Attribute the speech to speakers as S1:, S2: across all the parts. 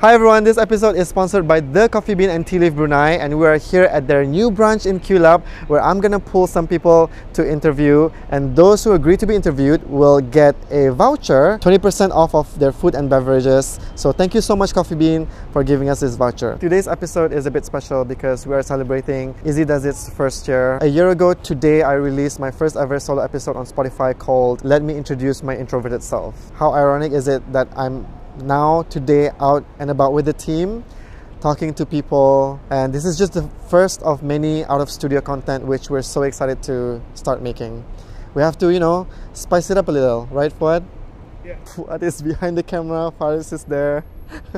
S1: Hi everyone, this episode is sponsored by The Coffee Bean and Tea Leaf Brunei, and we are here at their new branch in Kulab where I'm gonna pull some people to interview, and those who agree to be interviewed will get a voucher 20% off of their food and beverages. So thank you so much, Coffee Bean, for giving us this voucher. Today's episode is a bit special because we are celebrating Izzy Does It's first year. A year ago today, I released my first ever solo episode on Spotify called Let Me Introduce My Introverted Self. How ironic is it that I'm now today out and about with the team talking to people and this is just the first of many out of studio content which we're so excited to start making we have to you know spice it up a little right Fuad?
S2: Yeah.
S1: Fuad is behind the camera Faris is there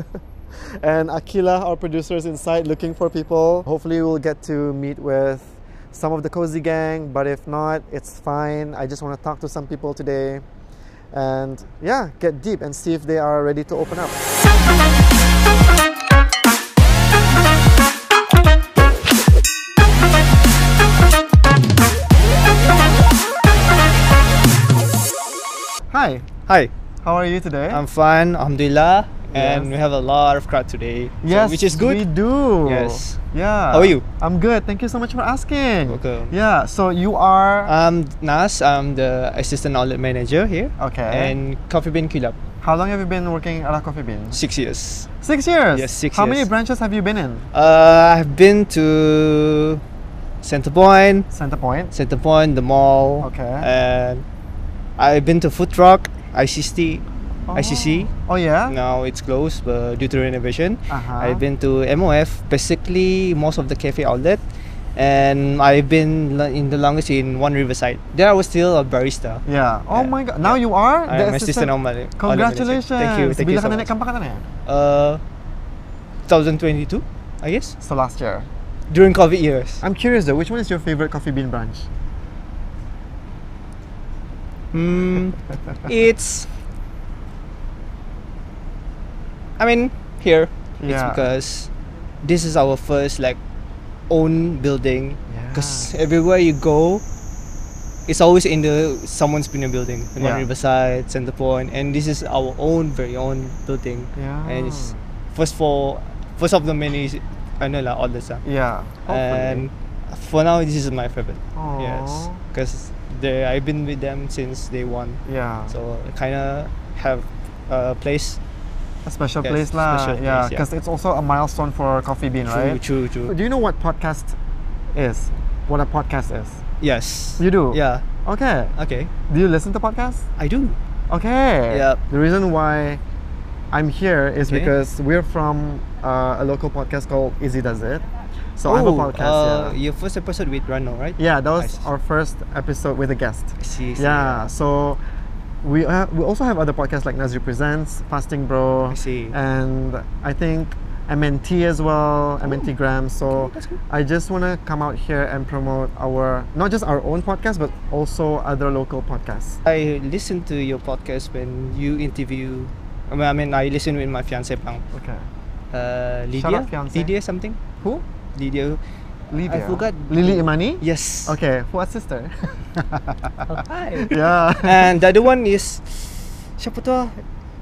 S1: and Akila our producer is inside looking for people hopefully we'll get to meet with some of the cozy gang but if not it's fine I just want to talk to some people today and yeah, get deep and see if they are ready to open up. Hi,
S2: Hi,
S1: how are you today?
S2: I'm fine, Alhamdulillah, and
S1: Yes.
S2: we have a lot of crowd today. so-
S1: yes,
S2: which is
S1: We
S2: good.
S1: do.
S2: Yes.
S1: Yeah.
S2: How are you?
S1: I'm good. Thank you so much for asking.
S2: Welcome.
S1: Yeah. So you are.
S2: I'm Nas, I'm the assistant outlet manager here.
S1: okay.
S2: And Coffee Bean Kulab,
S1: how long have you been working at a coffee bean?
S2: six years.
S1: Six years.
S2: Yes, six
S1: How
S2: years.
S1: many branches have you been in?
S2: Uh, I've been to Centerpoint,
S1: Centerpoint.
S2: Centerpoint, the mall.
S1: Okay.
S2: And I've been to Food Truck, ICC, ICC.
S1: Oh yeah.
S2: Now it's closed but due to renovation.
S1: Uh-huh.
S2: I've been to MOF, basically most of the cafe outlet, and I've been lo- in the longest in One Riverside. There I was still a barista.
S1: Yeah. Oh
S2: Yeah.
S1: my god. Now you are
S2: I'm assistant on my
S1: Congratulations.
S2: Thank you. Thank
S1: Bila
S2: you so
S1: ka naik
S2: much.
S1: kampang ka na eh?
S2: Uh, 2022, I guess,
S1: So last year.
S2: during COVID years.
S1: I'm curious though, which one is your favorite coffee bean branch?
S2: Hmm. it's. I mean, here it's
S1: Yeah.
S2: because this is our first like own building. Because
S1: Ah.
S2: everywhere you go, it's always in the someone's been a building. The
S1: Yeah.
S2: One Riverside, Center Point, and this is our own very own building.
S1: Yeah.
S2: And it's first for first of the many. I know lah all the time.
S1: Yeah.
S2: Um, And for now, this is my favorite.
S1: Aww.
S2: Yes, because they I've been with them since day one,
S1: Yeah.
S2: so kind of have a place.
S1: a special
S2: yes,
S1: place lah.
S2: special place,
S1: yeah.
S2: yeah.
S1: Because it's also a milestone for coffee bean, right?
S2: True, true, true.
S1: Do you know what podcast is? What a podcast is?
S2: Yes.
S1: You do?
S2: Yeah.
S1: Okay.
S2: Okay.
S1: Do you listen to podcasts?
S2: I do.
S1: Okay.
S2: Yep.
S1: The reason why I'm here is
S2: Okay.
S1: because we're from uh, a local podcast called Easy Does It. So I have a
S2: Oh,
S1: podcast.
S2: uh,
S1: yeah.
S2: Your first episode with Rano, right?
S1: yeah, that
S2: I
S1: was
S2: see.
S1: our first episode with a guest.
S2: I see. I see.
S1: Yeah. So we uh, we also have other podcasts like Nazri Presents, Fasting Bro.
S2: I see.
S1: And I think MNT as well, MNT Gram. So
S2: that's good.
S1: I just want to come out here and promote our not just our own podcast but also other local podcasts.
S2: I listened to your podcast when you interview. I mean, I, mean, I listened with my fiance Pang.
S1: Okay.
S2: Uh, Lydia.
S1: Shout out fiancé.
S2: Lydia something.
S1: Who?
S2: Lydia.
S1: Lydia.
S2: I forgot.
S1: Lily Imani?
S2: Yes.
S1: Okay, what sister?
S2: Hi.
S1: yeah.
S2: and the other one is siapa tu ah?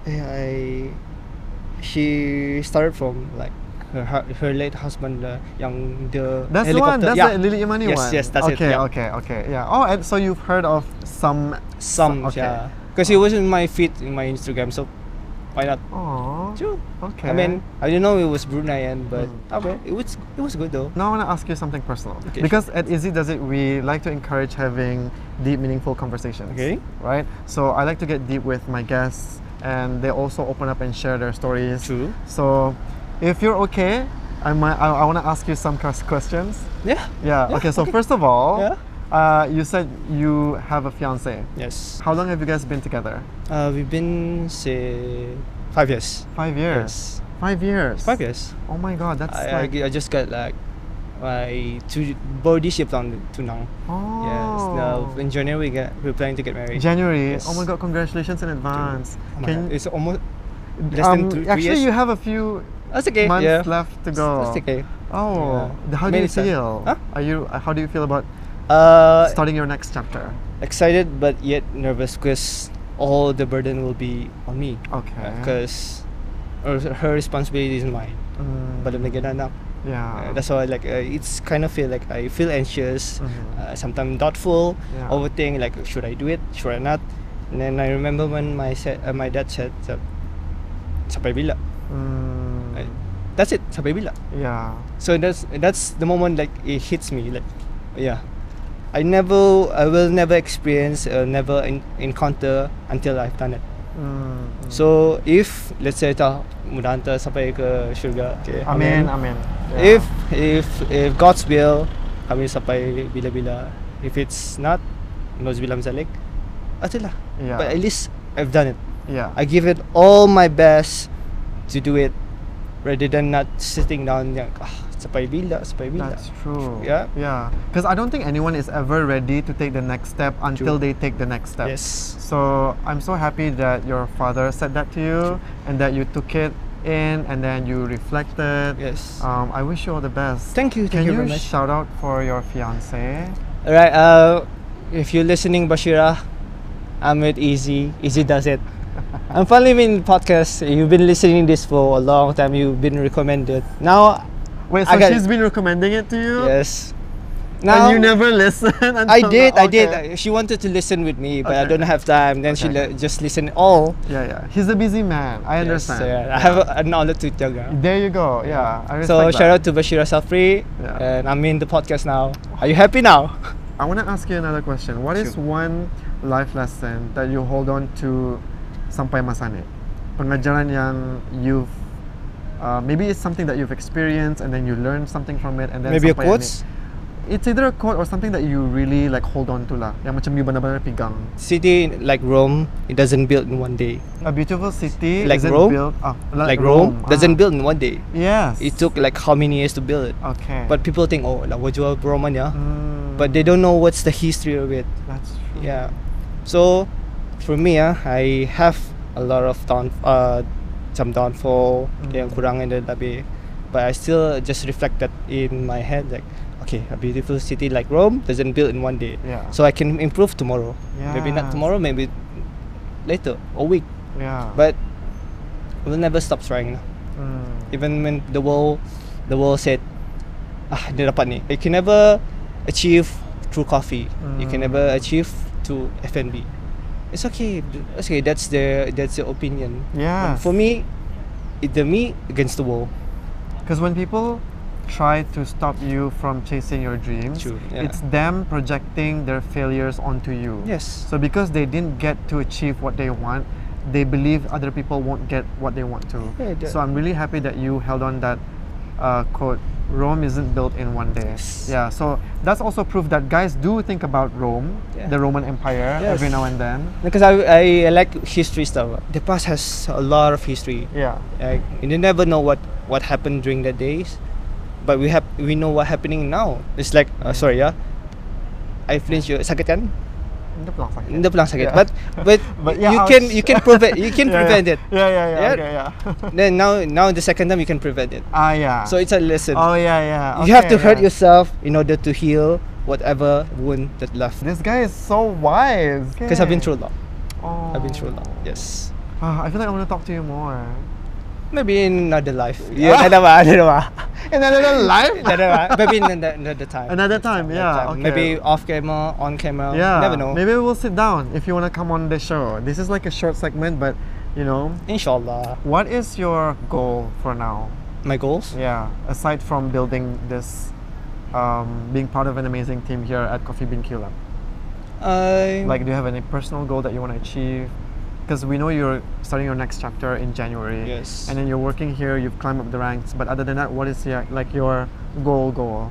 S2: Eh, I she started from like her hu- her late husband uh, yang the
S1: That's the one.
S2: helicopter
S1: That's
S2: yeah
S1: the Lily Imani
S2: Yes,
S1: one.
S2: yes, that's it,
S1: okay,
S2: yeah.
S1: Okay, okay, yeah. Oh, and so you've heard of some.
S2: some
S1: Okay.
S2: yeah because it was in my feed in my Instagram so why not
S1: Oh.
S2: Sure.
S1: Okay.
S2: I mean I didn't know it was Bruneian but
S1: Mm.
S2: okay it was it was good though
S1: Now I want to ask you something personal.
S2: Okay,
S1: because at Easy Does It, we like to encourage having deep, meaningful conversations.
S2: Okay.
S1: Right? So I like to get deep with my guests and they also open up and share their stories.
S2: True.
S1: So if you're okay, I, might, I, I want to ask you some quest- questions.
S2: yeah
S1: Yeah.
S2: Yeah,
S1: okay, so first of all,
S2: Yeah.
S1: uh, you said you have a fiance.
S2: yes
S1: How long have you guys been together?
S2: uh, we've been say five years
S1: Five years.
S2: yes
S1: Five years.
S2: five years
S1: Oh my god, that's
S2: I, I
S1: like.
S2: g- I just got like my two body shipped on to now
S1: oh.
S2: Yes. Now in January we get we're planning to get married.
S1: January.
S2: Yes.
S1: Oh my god, congratulations in advance.
S2: Oh my
S1: Can
S2: God,
S1: you-
S2: it's almost less than
S1: um,
S2: two, three
S1: Actually,
S2: years.
S1: you have a few
S2: That's okay.
S1: months
S2: yeah.
S1: left to go.
S2: That's okay.
S1: Oh,
S2: Yeah.
S1: the- how do
S2: Many
S1: you
S2: times.
S1: feel?
S2: Huh?
S1: Are you? uh, How do you feel about
S2: Uh,
S1: starting your next chapter?
S2: excited but yet nervous because all the burden will be on me.
S1: Okay.
S2: Because or her responsibility is mine.
S1: Mm.
S2: But I'm like anak,
S1: yeah.
S2: uh, that's why like uh, it's kind of feel like I feel anxious,
S1: Mhm.
S2: uh, sometimes doubtful,
S1: Yeah.
S2: overthink like should I do it, should I not? And then I remember when my sa- uh, my dad said that, sampai bila?
S1: Mm.
S2: I- That's it, sampai bila?
S1: yeah.
S2: So that's that's the moment like it hits me like, yeah, I never I will never experience uh, never en- encounter until I've done it.
S1: Mm.
S2: So if let's say tak mudah hantar sampai ke syurga. Okay.
S1: Amin, amin. Yeah.
S2: If if if God's will kami sampai bila-bila. If it's not, nauzubillah min zalik. Itulah.
S1: yeah.
S2: But at least I've done it.
S1: yeah.
S2: I give it all my best to do it rather than not sitting down yang ah sampai bila sampai bila.
S1: That's true.
S2: Yeah.
S1: Yeah. Because I don't think anyone is ever ready to take the next step until
S2: True.
S1: they take the next step.
S2: Yes.
S1: So I'm so happy that your father said that to you and that you took it in and then you reflected.
S2: Yes.
S1: Um, I wish you all the best.
S2: Thank you.
S1: Can
S2: Thank you
S1: you,
S2: very much.
S1: shout out for your fiance?
S2: Alright, uh, if you're listening, Bashira, I'm with Easy. Easy does it. I'm finally in the podcast. You've been listening this for a long time. You've been recommended. Now,
S1: Wait, so
S2: I got
S1: she's
S2: it.
S1: been recommending it to you?
S2: yes.
S1: And you never listened? until
S2: I did.
S1: now?
S2: I did.
S1: Okay.
S2: Uh, She wanted to listen with me, but I
S1: Okay.
S2: don't have time. Then she
S1: Okay.
S2: le- just listened all.
S1: Yeah, yeah. He's a busy man. I
S2: Yes,
S1: understand.
S2: yeah. I have a- an outlet to tell her.
S1: There you go. Yeah. I
S2: So
S1: respect
S2: shout
S1: that.
S2: out to Bashira Safri,
S1: Yeah.
S2: and I'm in the podcast now. Are you happy now?
S1: I want to ask you another question. What is one life lesson that you hold on to sampai masane? Pengajaran yang you've uh, maybe it's something that you've experienced and then you learn something from it and then
S2: Maybe a
S1: sampai
S2: quotes.
S1: ni. It's either a quote or something that you really like hold on to lah. Yang macam you benar-benar pegang.
S2: City like Rome, it doesn't build in one day.
S1: A beautiful city
S2: Like
S1: isn't
S2: Rome?
S1: built ah,
S2: Like, Rome,
S1: ah.
S2: doesn't build in one day.
S1: Yes.
S2: It took like how many years to build it.
S1: Okay.
S2: But people think, oh, like what you Roman, yeah.
S1: Mm,
S2: But they don't know what's the history of it.
S1: That's true.
S2: Yeah. So, for me, yeah, I have a lot of down, uh, some downfall,
S1: Mm.
S2: yang kurang in the tapi, but I still just reflect that in my head, like, okay, a beautiful city like Rome doesn't build in one day.
S1: Yeah.
S2: So I can improve tomorrow. Maybe
S1: Yeah.
S2: not tomorrow, maybe later, a week.
S1: Yeah.
S2: But we'll never stop trying. lah.
S1: Mm.
S2: even when the world the world said ah dia dapat ni you can never achieve through coffee you can never
S1: Mm.
S2: achieve to F&B it's okay it's okay that's the that's the opinion
S1: Yeah.
S2: And for me it, the me against the wall
S1: Because when people try to stop you from chasing your dreams,
S2: True, yeah.
S1: it's them projecting their failures onto you.
S2: yes
S1: So because they didn't get to achieve what they want, they believe other people won't get what they want to.
S2: Yeah, that-
S1: so I'm really happy that you held on that uh, quote. Rome isn't built in one day.
S2: Yes.
S1: Yeah. So that's also proof that guys do think about Rome,
S2: Yeah.
S1: the Roman Empire, every
S2: Yes.
S1: now and then.
S2: because I, I I like history stuff the past has a lot of history
S1: Yeah.
S2: like, and you never know what what happened during the days but we have we know what happening now it's like uh, sorry yeah I flinch you sakit kan
S1: Dia pulang sakit.
S2: Dia pulang sakit.
S1: Yeah.
S2: But but, you
S1: ouch.
S2: can you can prevent you can
S1: Yeah, yeah.
S2: prevent it.
S1: Yeah, yeah, yeah.
S2: Yeah.
S1: Okay, yeah.
S2: Then now now the second time you can prevent it.
S1: ah, yeah.
S2: So it's a lesson.
S1: Oh yeah, yeah.
S2: you have
S1: Okay,
S2: to hurt
S1: yeah.
S2: yourself in order to heal whatever wound that left.
S1: This guy is so wise.
S2: Because I've been through a lot.
S1: Oh.
S2: I've been through a lot. Yes.
S1: Ah, I feel like I want to talk to you more.
S2: Maybe in another life.
S1: Yeah.
S2: Yeah. I don't know. I don't know.
S1: In another life.
S2: I don't know. Maybe in another, another time.
S1: Another time, yeah, okay.
S2: Maybe off camera, on camera.
S1: yeah.
S2: Never know.
S1: Maybe we'll sit down if you want to come on the show. This is like a short segment, but you know,
S2: Inshallah.
S1: what is your goal for now?
S2: My goals.
S1: Yeah. Aside from building this, um, being part of an amazing team here at Coffee Bean Killer.
S2: I
S1: Like, do you have any personal goal that you want to achieve? Because we know you're starting your next chapter in January.
S2: Yes.
S1: And then you're working here. You've climbed up the ranks. But other than that, what is your, like your goal goal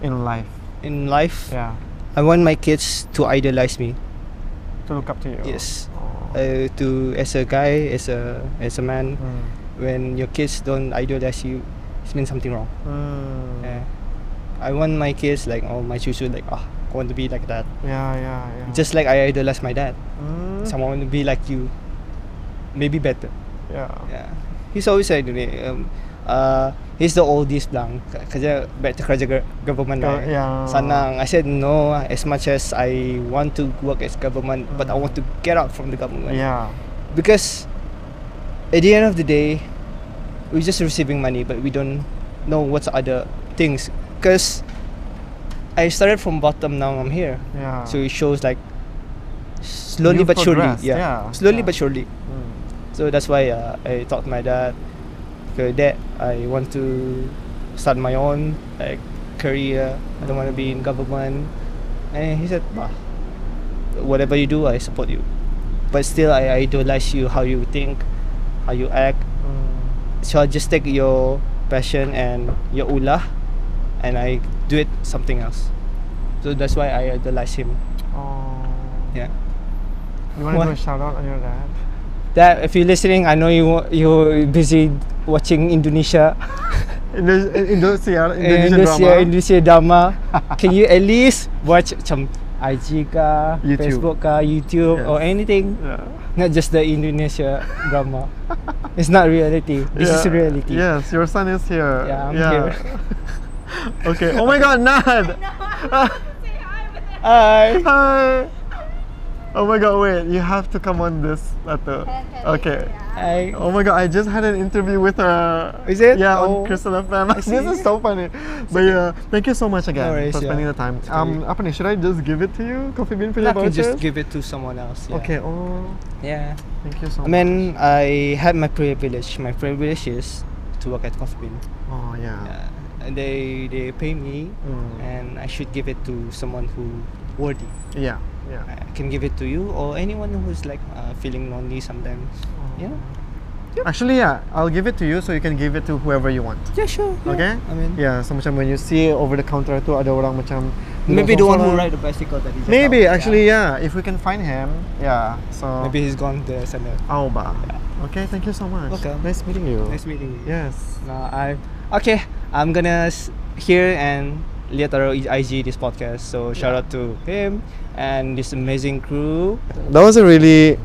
S1: in life?
S2: in life,
S1: Yeah.
S2: I want my kids to idolize me.
S1: To look up to you.
S2: Yes.
S1: Oh.
S2: uh, to as a guy, as a as a man,
S1: Mm.
S2: when your kids don't idolize you, it means something wrong.
S1: Mm.
S2: Yeah. I want my kids like all my children like ah, I want to be like that.
S1: Yeah, yeah, yeah.
S2: Just like I idolize my dad,
S1: Mm.
S2: so I want to be like you. Maybe better.
S1: Yeah.
S2: Yeah. He's always said to me, um, uh, he's the oldest lang k- kerja back to kerja gov- government
S1: Go-
S2: lang.
S1: yeah.
S2: Sanang. I said no. As much as I want to work as government, but I
S1: Mm.
S2: want to get out from the government.
S1: Yeah.
S2: because at the end of the day, we're just receiving money, but we don't know what's other things. Because I started from bottom, now I'm here.
S1: Yeah.
S2: So it shows like slowly
S1: You've
S2: but surely.
S1: progressed,
S2: Yeah.
S1: yeah,
S2: Slowly
S1: yeah.
S2: but surely.
S1: Mm.
S2: So that's why uh, I taught my dad, okay, dad, I want to start my own like career. I don't want to be in government. And he said, bah, whatever you do, I support you. But still, I idolize you, how you think, how you act.
S1: Mm.
S2: So I just take your passion and your ulah, and I do it something else. So that's why I idolize him.
S1: Oh.
S2: Yeah.
S1: You want to
S2: What?
S1: do a shout out on your dad?
S2: Dad, if you're listening, I know you you're busy watching Indonesia.
S1: Indo- Indonesia, Indonesian
S2: Indonesia,
S1: drama.
S2: Indonesia drama. Can you at least watch macam IG ka,
S1: YouTube.
S2: Facebook ka, YouTube or
S1: Yes.
S2: anything?
S1: yeah.
S2: Not just the Indonesia drama. It's not reality. This is
S1: Yeah.
S2: reality.
S1: Yes, your son is here.
S2: Yeah, I'm here.
S1: okay. Oh my God, Nad.
S2: Hi.
S1: Hi. Oh my God, wait. You have to come on this. Later. Okay.
S2: Hi.
S1: Oh my God, I just had an interview with her.
S2: Is it?
S1: Yeah, on
S2: Oh.
S1: Crystal FM.
S2: see.
S1: this is so funny. But yeah, thank you so much again
S2: worries,
S1: for
S2: yeah.
S1: spending the time. Um, apa nih? Should I just give it to you? Coffee bean punya
S2: I can just
S1: vouchers?
S2: give it to someone else. Yeah.
S1: Okay. Oh,
S2: Yeah.
S1: thank you so much.
S2: I mean, I had my privilege. My privilege is to work at Coffee Bean.
S1: Oh yeah.
S2: Yeah. And they they pay me,
S1: Mm.
S2: and I should give it to someone who worthy.
S1: Yeah. Yeah.
S2: I can give it to you or anyone who's like uh, feeling lonely sometimes. Yeah.
S1: Oh. Actually, yeah, I'll give it to you so you can give it to whoever you want.
S2: Yeah, sure. yeah.
S1: Okay?
S2: I mean,
S1: Yeah, so macam when you see over the counter tu ada orang macam
S2: maybe the one who
S1: right.
S2: ride the bicycle that is.
S1: Maybe actually yeah. if we can find him, yeah. So
S2: Maybe he's gone there somewhere.
S1: Auba. Okay, thank you so much.
S2: Welcome.
S1: Nice meeting you.
S2: Nice meeting you.
S1: Yes.
S2: Nah, I okay. I'm gonna s- here and lihat our IG this podcast. So shout out to him and this amazing crew.
S1: That was a really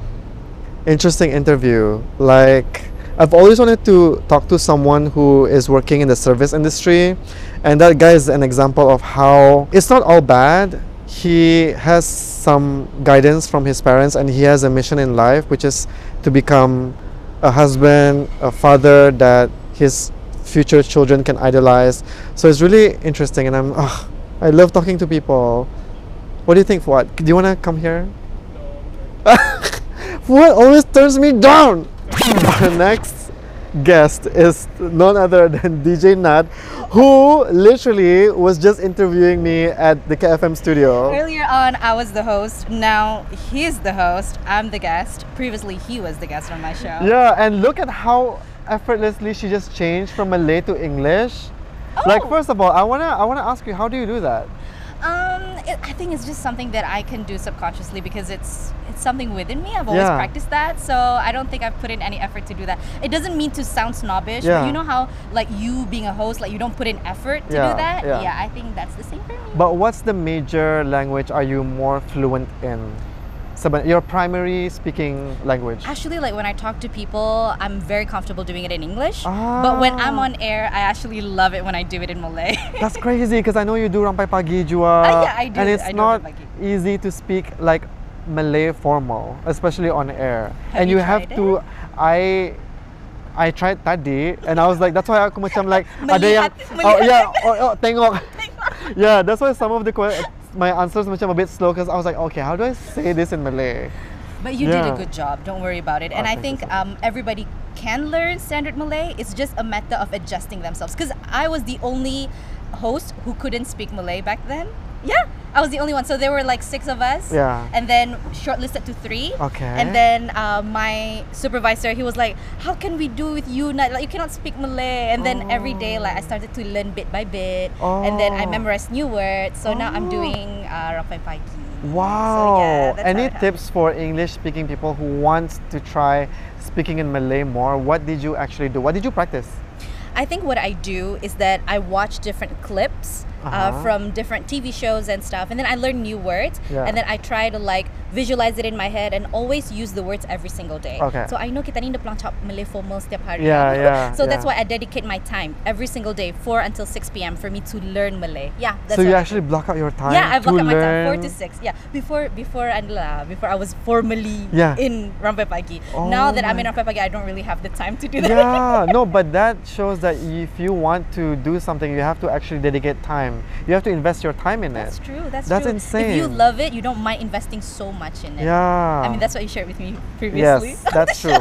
S1: interesting interview. Like I've always wanted to talk to someone who is working in the service industry, and that guy is an example of how it's not all bad. He has some guidance from his parents, and he has a mission in life, which is to become a husband, a father that his future children can idolize. So it's really interesting, and I'm, ah, I love talking to people. What do you think, Fuad? Do you want to come here? Fuad always turns me down. Our next guest is none other than DJ Nat, who literally was just interviewing me at the KFM studio.
S3: Earlier on, I was the host. Now he's the host. I'm the guest. Previously, he was the guest on my show.
S1: Yeah, and look at how effortlessly she just changed from Malay to English. Like
S3: Oh.
S1: first of all, I wanna I wanna ask you, how do you do that?
S3: Um, it, I think it's just something that I can do subconsciously because it's it's something within me. I've always
S1: Yeah.
S3: practiced that, so I don't think I've put in any effort to do that. It doesn't mean to sound snobbish,
S1: Yeah.
S3: but you know how like you being a host, like you don't put in effort to
S1: Yeah,
S3: do that.
S1: yeah.
S3: yeah, I think that's the same for me.
S1: But what's the major language are you more fluent in? Seben- Your primary speaking language.
S3: Actually, like when I talk to people, I'm very comfortable doing it in English. But when I'm
S1: Ah.
S3: on air, I actually love it when I do it in Malay.
S1: That's crazy because I know you do rampai pagi jua.
S3: Ah, yeah, I do.
S1: And it's
S3: I do
S1: not
S3: rampai pagi.
S1: easy to speak like Malay formal, especially on air.
S3: Have
S1: and you,
S3: you
S1: have
S3: tried
S1: to I I tried tadi and I was like that's why aku macam like ada yang
S3: Melihat-
S1: oh
S3: melihat.
S1: yeah oh, oh tengok. yeah, that's why some of the que- my answers macam a bit slow because I was like okay, how do I say this in Malay?
S3: But you did
S1: Yeah.
S3: a good job. Don't worry about it.
S1: Oh,
S3: And I
S1: thank you
S3: think
S1: so
S3: um, everybody can learn standard Malay. It's just a matter of adjusting themselves. Because I was the only host who couldn't speak Malay back then. Yeah, I was the only one. So there were like six of us.
S1: Yeah.
S3: And then shortlisted to three.
S1: Okay.
S3: And then uh, my supervisor, he was like, "How can we do with you? Not like you cannot speak Malay." And then every day, like I started to learn bit by bit. And then I
S1: Oh.
S3: memorized new words. So now I'm
S1: Oh.
S3: doing uh, rampai pagi.
S1: Wow.
S3: that's how
S1: Any
S3: it happened.
S1: tips for English speaking people who want to try speaking in Malay more? What did you actually do? What did you practice?
S3: I think what I do is that I watch different clips
S1: Uh-huh.
S3: uh, from different TV shows and stuff. And then I learned new words,
S1: Yeah.
S3: and then I try to like visualize it in my head and always use the words every single day.
S1: Okay.
S3: So I know kita ni dah pelancap Malay formal setiap hari.
S1: Yeah,
S3: kan.
S1: yeah,
S3: so that's
S1: yeah.
S3: why I dedicate my time every single day, four until six p.m. for me to learn Malay. Yeah. That's
S1: so you
S3: what I do.
S1: actually block out your time
S3: Yeah, I've
S1: to
S3: looked at
S1: learn.
S3: my time four to six. Yeah, before before and lah, before I was formally
S1: Yeah.
S3: in Rampai Pagi. now
S1: Oh
S3: that I'm
S1: my-
S3: in Rampai Pagi, I don't really have the time to do that.
S1: yeah, no, but that shows that if you want to do something, you have to actually dedicate time. You have to invest your time in
S3: That's
S1: it.
S3: true. That's,
S1: That's
S3: true. If you
S1: insane.
S3: love it, you don't mind investing so much in it.
S1: Yeah.
S3: I mean, that's what you shared with me previously.
S1: yes, that's true.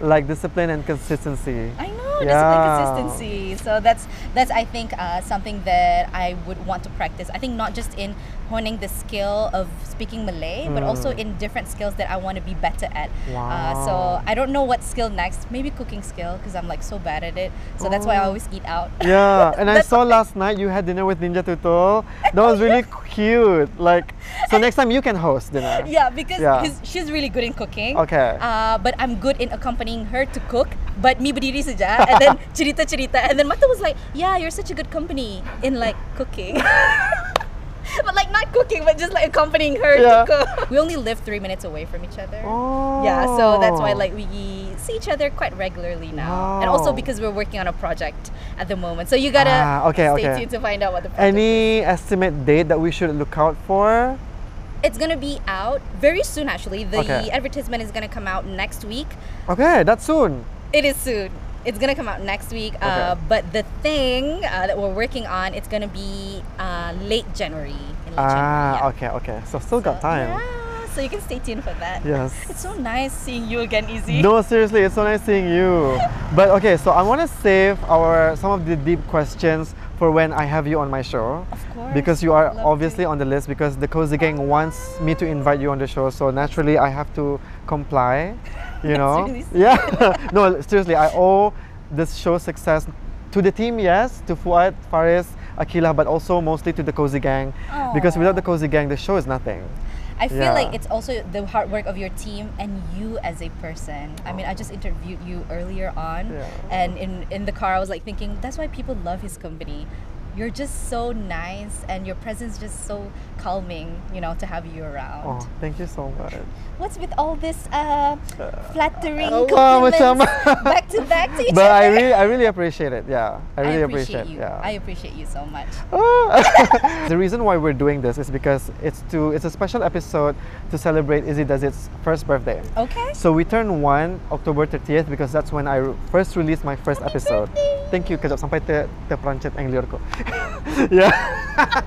S1: like discipline and consistency.
S3: I know,
S1: Yeah.
S3: discipline consistency. So that's that's I think uh, something that I would want to practice. I think not just in honing the skill of speaking Malay,
S1: Hmm.
S3: but also in different skills that I want to be better at. Uh, so
S1: Wow.
S3: I don't know what skill next. Maybe cooking skill because I'm like so bad at it. So that's why I
S1: Oh.
S3: always eat out.
S1: Yeah, and I
S3: That's
S1: saw last night you had dinner with Ninja Tutul. That was really cute. Like, so next time you can host dinner.
S3: Yeah, because
S1: Yeah.
S3: his- she's really good in cooking.
S1: Okay.
S3: Uh, but I'm good in accompanying her to cook. But me berdiri saja, and then cerita cerita, and then Mata was like, "Yeah, you're such a good company in like cooking." but like not cooking, but just like accompanying her
S1: Yeah.
S3: to cook. We only live three minutes away from each other. Yeah, so that's why
S1: Oh.
S3: like we see each other quite regularly now, and also
S1: Wow.
S3: because we're working on a project at the moment. So you gotta
S1: Ah, okay,
S3: stay
S1: okay.
S3: tuned to find out what the project
S1: Oh. Any estimate date that we should look out for?
S3: It's gonna be out very soon. Actually, the
S1: Okay.
S3: advertisement is gonna come out next week.
S1: Okay, that's soon.
S3: It is soon. It's gonna come out next week. Uh,
S1: Okay.
S3: but the thing uh, that we're working on, it's gonna be uh, late January. In late January,
S1: Ah,
S3: yeah.
S1: okay, okay. So still
S3: So,
S1: got time.
S3: Yeah, so you can stay tuned for that.
S1: Yes.
S3: It's so nice seeing you again, Izzy.
S1: No, seriously, it's so nice seeing you. But okay, so I want to save our some of the deep questions for when I have you on my show.
S3: Of course,
S1: Because you are
S3: love to.
S1: obviously on the list because the Cozy Gang wants me to invite you on the show, so naturally I have to comply. You know?
S3: really
S1: yeah. no, seriously, I owe this show success to the team, yes, to Fuad, Faris, Akila, but also mostly to the Cozy Gang. Because without the Cozy Gang, the show is nothing.
S3: I feel
S1: yeah.
S3: like it's also the hard work of your team and you as a person. I mean, I just interviewed you earlier on,
S1: Oh. Yeah.
S3: and in in the car, I was like thinking that's why people love his company. You're just so nice, and your presence is just so calming. You know, to have you around.
S1: Oh, thank you so much.
S3: What's with all this uh, flattering
S1: Oh, wow,
S3: compliments
S1: macam-
S3: back to back to each
S1: But I
S3: other?
S1: really, I really appreciate it. Yeah, I really appreciate.
S3: you.
S1: Yeah.
S3: I appreciate you so much.
S1: Ah. the reason why we're doing this is because it's to it's a special episode to celebrate Izzy does its first birthday.
S3: Okay.
S1: So we turn one October 30th because that's when I re- first released my first episode.
S3: birthday.
S1: Thank you kejap sampai te terperancat ang liur ko. yeah.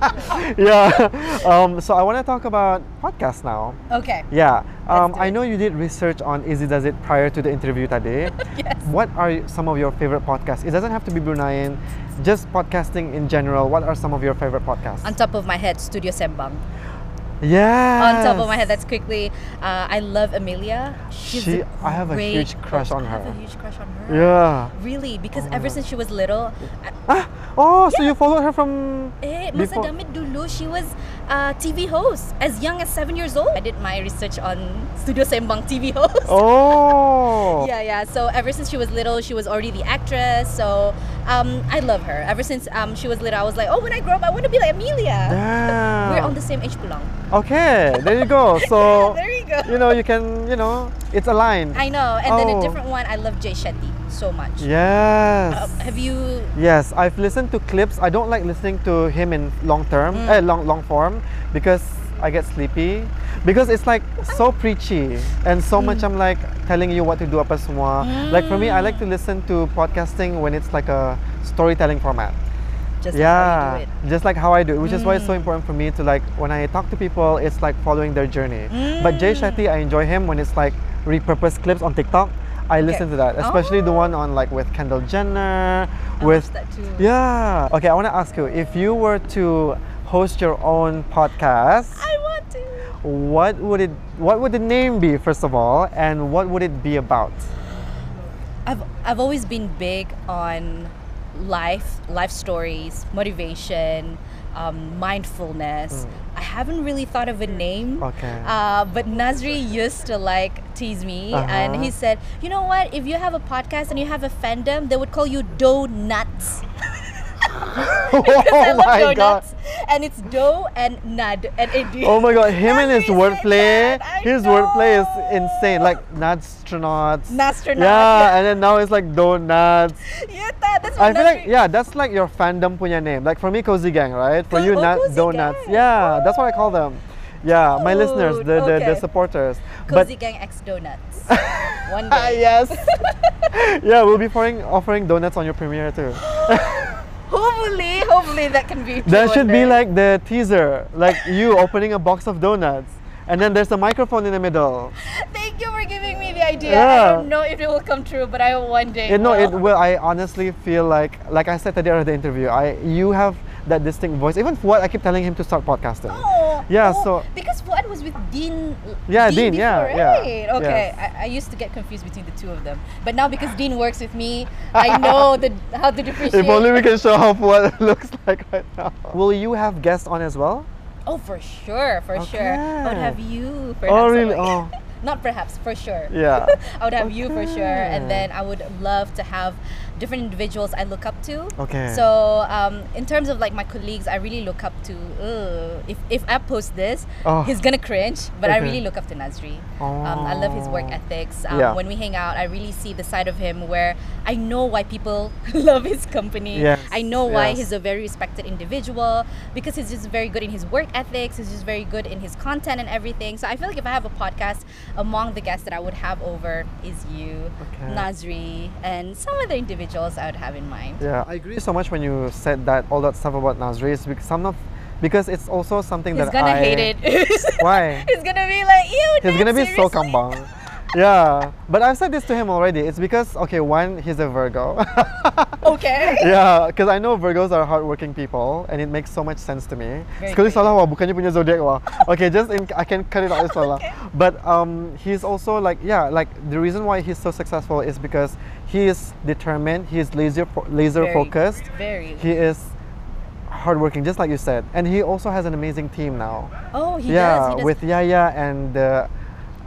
S1: yeah. Um, so I want to talk about podcast now.
S3: Okay.
S1: Yeah. Um,
S3: do
S1: I
S3: it.
S1: know you did research on Izzy Does It prior to the interview today.
S3: Yes.
S1: What are some of your favorite podcasts? It doesn't have to be Bruneian, just podcasting in general. What are some of your favorite podcasts?
S3: On top of my head, Studio Sembang.
S1: yeah.
S3: on top of my head. That's quickly. Uh, I love Amelia. She's
S1: She-
S3: a
S1: I have a
S3: great
S1: huge crush on
S3: I have
S1: her.
S3: a huge crush on her.
S1: Yeah. Oh
S3: Really, because ever since she was little,
S1: Ah, oh, so you followed her from
S3: eh, masa
S1: Before-
S3: damit dulu she was a TV host as young as seven years old. I did my research on Studio Sembang TV host.
S1: Oh.
S3: Yeah, yeah. So ever since she was little, she was already the actress. So um, I love her. Ever since um, she was little, I was like, oh, when I grow up, I want to be like Amelia.
S1: Damn.
S3: We're on the same age, pulang.
S1: Okay, there you go. So
S3: there you go.
S1: you know you can, you know, it's aligned.
S3: I know. And then
S1: Oh.
S3: a different one, I love Jay Shetty so much.
S1: Yes.
S3: Uh, have you
S1: Yes, I've listened to clips. I don't like listening to him in long term,
S3: Mm.
S1: eh, long long form, because I get sleepy. Because it's like
S3: Ah.
S1: so preachy and so
S3: Mm.
S1: much. I'm like telling you what to do apa semua. Like for me, I
S3: Ah.
S1: like to listen to podcasting when it's like a storytelling format.
S3: just
S1: yeah,
S3: how you do it? Mm.
S1: just like how I do it, which is why it's so important for me to like when I talk to people, it's like following their journey. But Jay
S3: Mm.
S1: Shetty, I enjoy him when it's like repurposed clips on TikTok. I listen to that, especially the one on like with Kendall Jenner, with
S3: watched Oh. that too.
S1: yeah. Okay, I want to ask you if you were to host your own podcast,
S3: I want to.
S1: what would it what would the name be first of all, and what would it be about?
S3: I've I've always been big on life, life stories, motivation, um, mindfulness. I haven't really thought of a name.
S1: Mm. Okay.
S3: Uh, but Nazri used to like tease me, and he
S1: Uh-huh.
S3: said, "You know what? If you have a podcast and you have a fandom, they would call you Donuts." because I
S1: Oh
S3: love
S1: my God.
S3: donuts. And it's dough and nad and ad.
S1: Oh my god, him and his
S3: Everything like
S1: wordplay,
S3: that, I
S1: his wordplay is
S3: know.
S1: insane. Like nastronauts.
S3: Nastronaut.
S1: Yeah, and then now it's like donuts.
S3: Yeah, that, that's
S1: I
S3: my
S1: feel
S3: last
S1: like
S3: drink.
S1: yeah, that's like your fandom punya name. Like for me, cozy gang, right? For
S3: Co-
S1: you,
S3: oh,
S1: nut
S3: Cozy
S1: donuts.
S3: Gang.
S1: Yeah, that's what I call them. Yeah, my listeners,
S3: Cute.
S1: the the, the
S3: Okay.
S1: supporters.
S3: Cozy Gang X Donuts. One
S1: Ah,
S3: day.
S1: yes. yeah, we'll be offering, offering donuts on your premiere too.
S3: Hopefully, hopefully that can be true.
S1: That
S3: one
S1: should be
S3: day.
S1: like the teaser, like you opening a box of donuts, and then there's a microphone in the middle.
S3: Thank you for giving me the idea. I
S1: Yeah.
S3: don't know if it will come true, but I hope one day.
S1: It, no, it will.
S3: will.
S1: I honestly feel like, like I said today in the interview, I you have that distinct voice. Even Fuad, I keep telling him to start podcasting.
S3: Oh,
S1: Yeah,
S3: oh,
S1: so-
S3: because Fuad was with Dean.
S1: Yeah, Dean,
S3: before,
S1: yeah, yeah,
S3: right? Okay,
S1: yes.
S3: I, I used to get confused between the two of them, but now because Dean works with me, I know the how to differentiate.
S1: If only we can show off what it looks like right now. Will you have guests on as well?
S3: Oh, for sure, for sure. I would
S1: Okay.
S3: have you. Perhaps.
S1: Oh,
S3: I'm
S1: really?
S3: like-
S1: Oh.
S3: Not perhaps, for sure.
S1: Yeah.
S3: I would have you for sure, and
S1: Okay.
S3: then I would love to have different individuals I look up to.
S1: Okay.
S3: So um, in terms of like my colleagues, I really look up to. Uh, if if I post this,
S1: Oh.
S3: he's gonna cringe. But
S1: Okay.
S3: I really look up to Nazri. Um, I love his work
S1: Oh.
S3: ethics. Um,
S1: Yeah.
S3: When we hang out, I really see the side of him where I know why people love his company.
S1: Yes,
S3: I know why
S1: yes.
S3: he's a very respected individual because he's just very good in his work ethics. He's just very good in his content and everything. So I feel like if I have a podcast, among the guests that I would have over is you,
S1: Okay.
S3: Nazri, and some other individuals I would have in mind.
S1: Oh. Yeah, I agree so much when you said that all that stuff about Nasri is because I'm not because it's also something
S3: He's
S1: that
S3: gonna
S1: I
S3: hate it.
S1: Why?
S3: he's gonna be like, ew.
S1: He's gonna be so
S3: seriously?"
S1: kambang. yeah, but I've said this to him already. It's because okay, one, he's a Virgo.
S3: Okay.
S1: yeah, because I know Virgos are hardworking people, and it makes so much sense to me.
S3: Very
S1: Sekali
S3: great.
S1: salah wah, bukannya punya zodiac wah. Okay, just in, I can cut it out as salah.
S3: Okay.
S1: But um, he's also like yeah, like the reason why he's so successful is because he is determined. He is laser fo- laser
S3: Very,
S1: focused.
S3: Very.
S1: He is hardworking, just like you said, and he also has an amazing team now.
S3: oh, he does.
S1: yeah,
S3: He does.
S1: with Yaya and the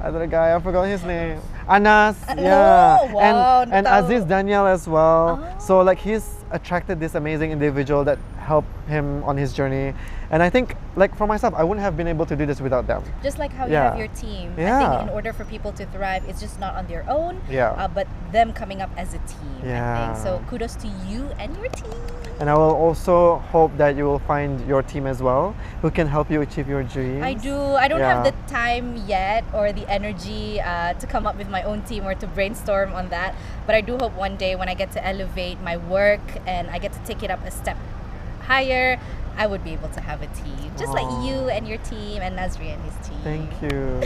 S1: other guy, I forgot his name. Anas,
S3: Uh,
S1: yeah,
S3: oh, wow,
S1: and and
S3: tahu.
S1: Aziz Daniel as well.
S3: Ah.
S1: So like he's attracted this amazing individual that helped him on his journey, and I think like for myself, I wouldn't have been able to do this without them.
S3: just like how you have
S1: Yeah.
S3: your team. I
S1: Yeah.
S3: think in order for people to thrive, it's just not on their own,
S1: Yeah.
S3: uh, but them coming up as a team. I think.
S1: Yeah.
S3: So kudos to you and your team.
S1: And I will also hope that you will find your team as well, who can help you achieve your dreams.
S3: I do. I don't have
S1: Yeah.
S3: the time yet or the energy uh, to come up with my own team or to brainstorm on that. But I do hope one day when I get to elevate my work and I get to take it up a step higher, I would be able to have a team. Just like
S1: Aw.
S3: you and your team and Nazri and his team.
S1: Thank you.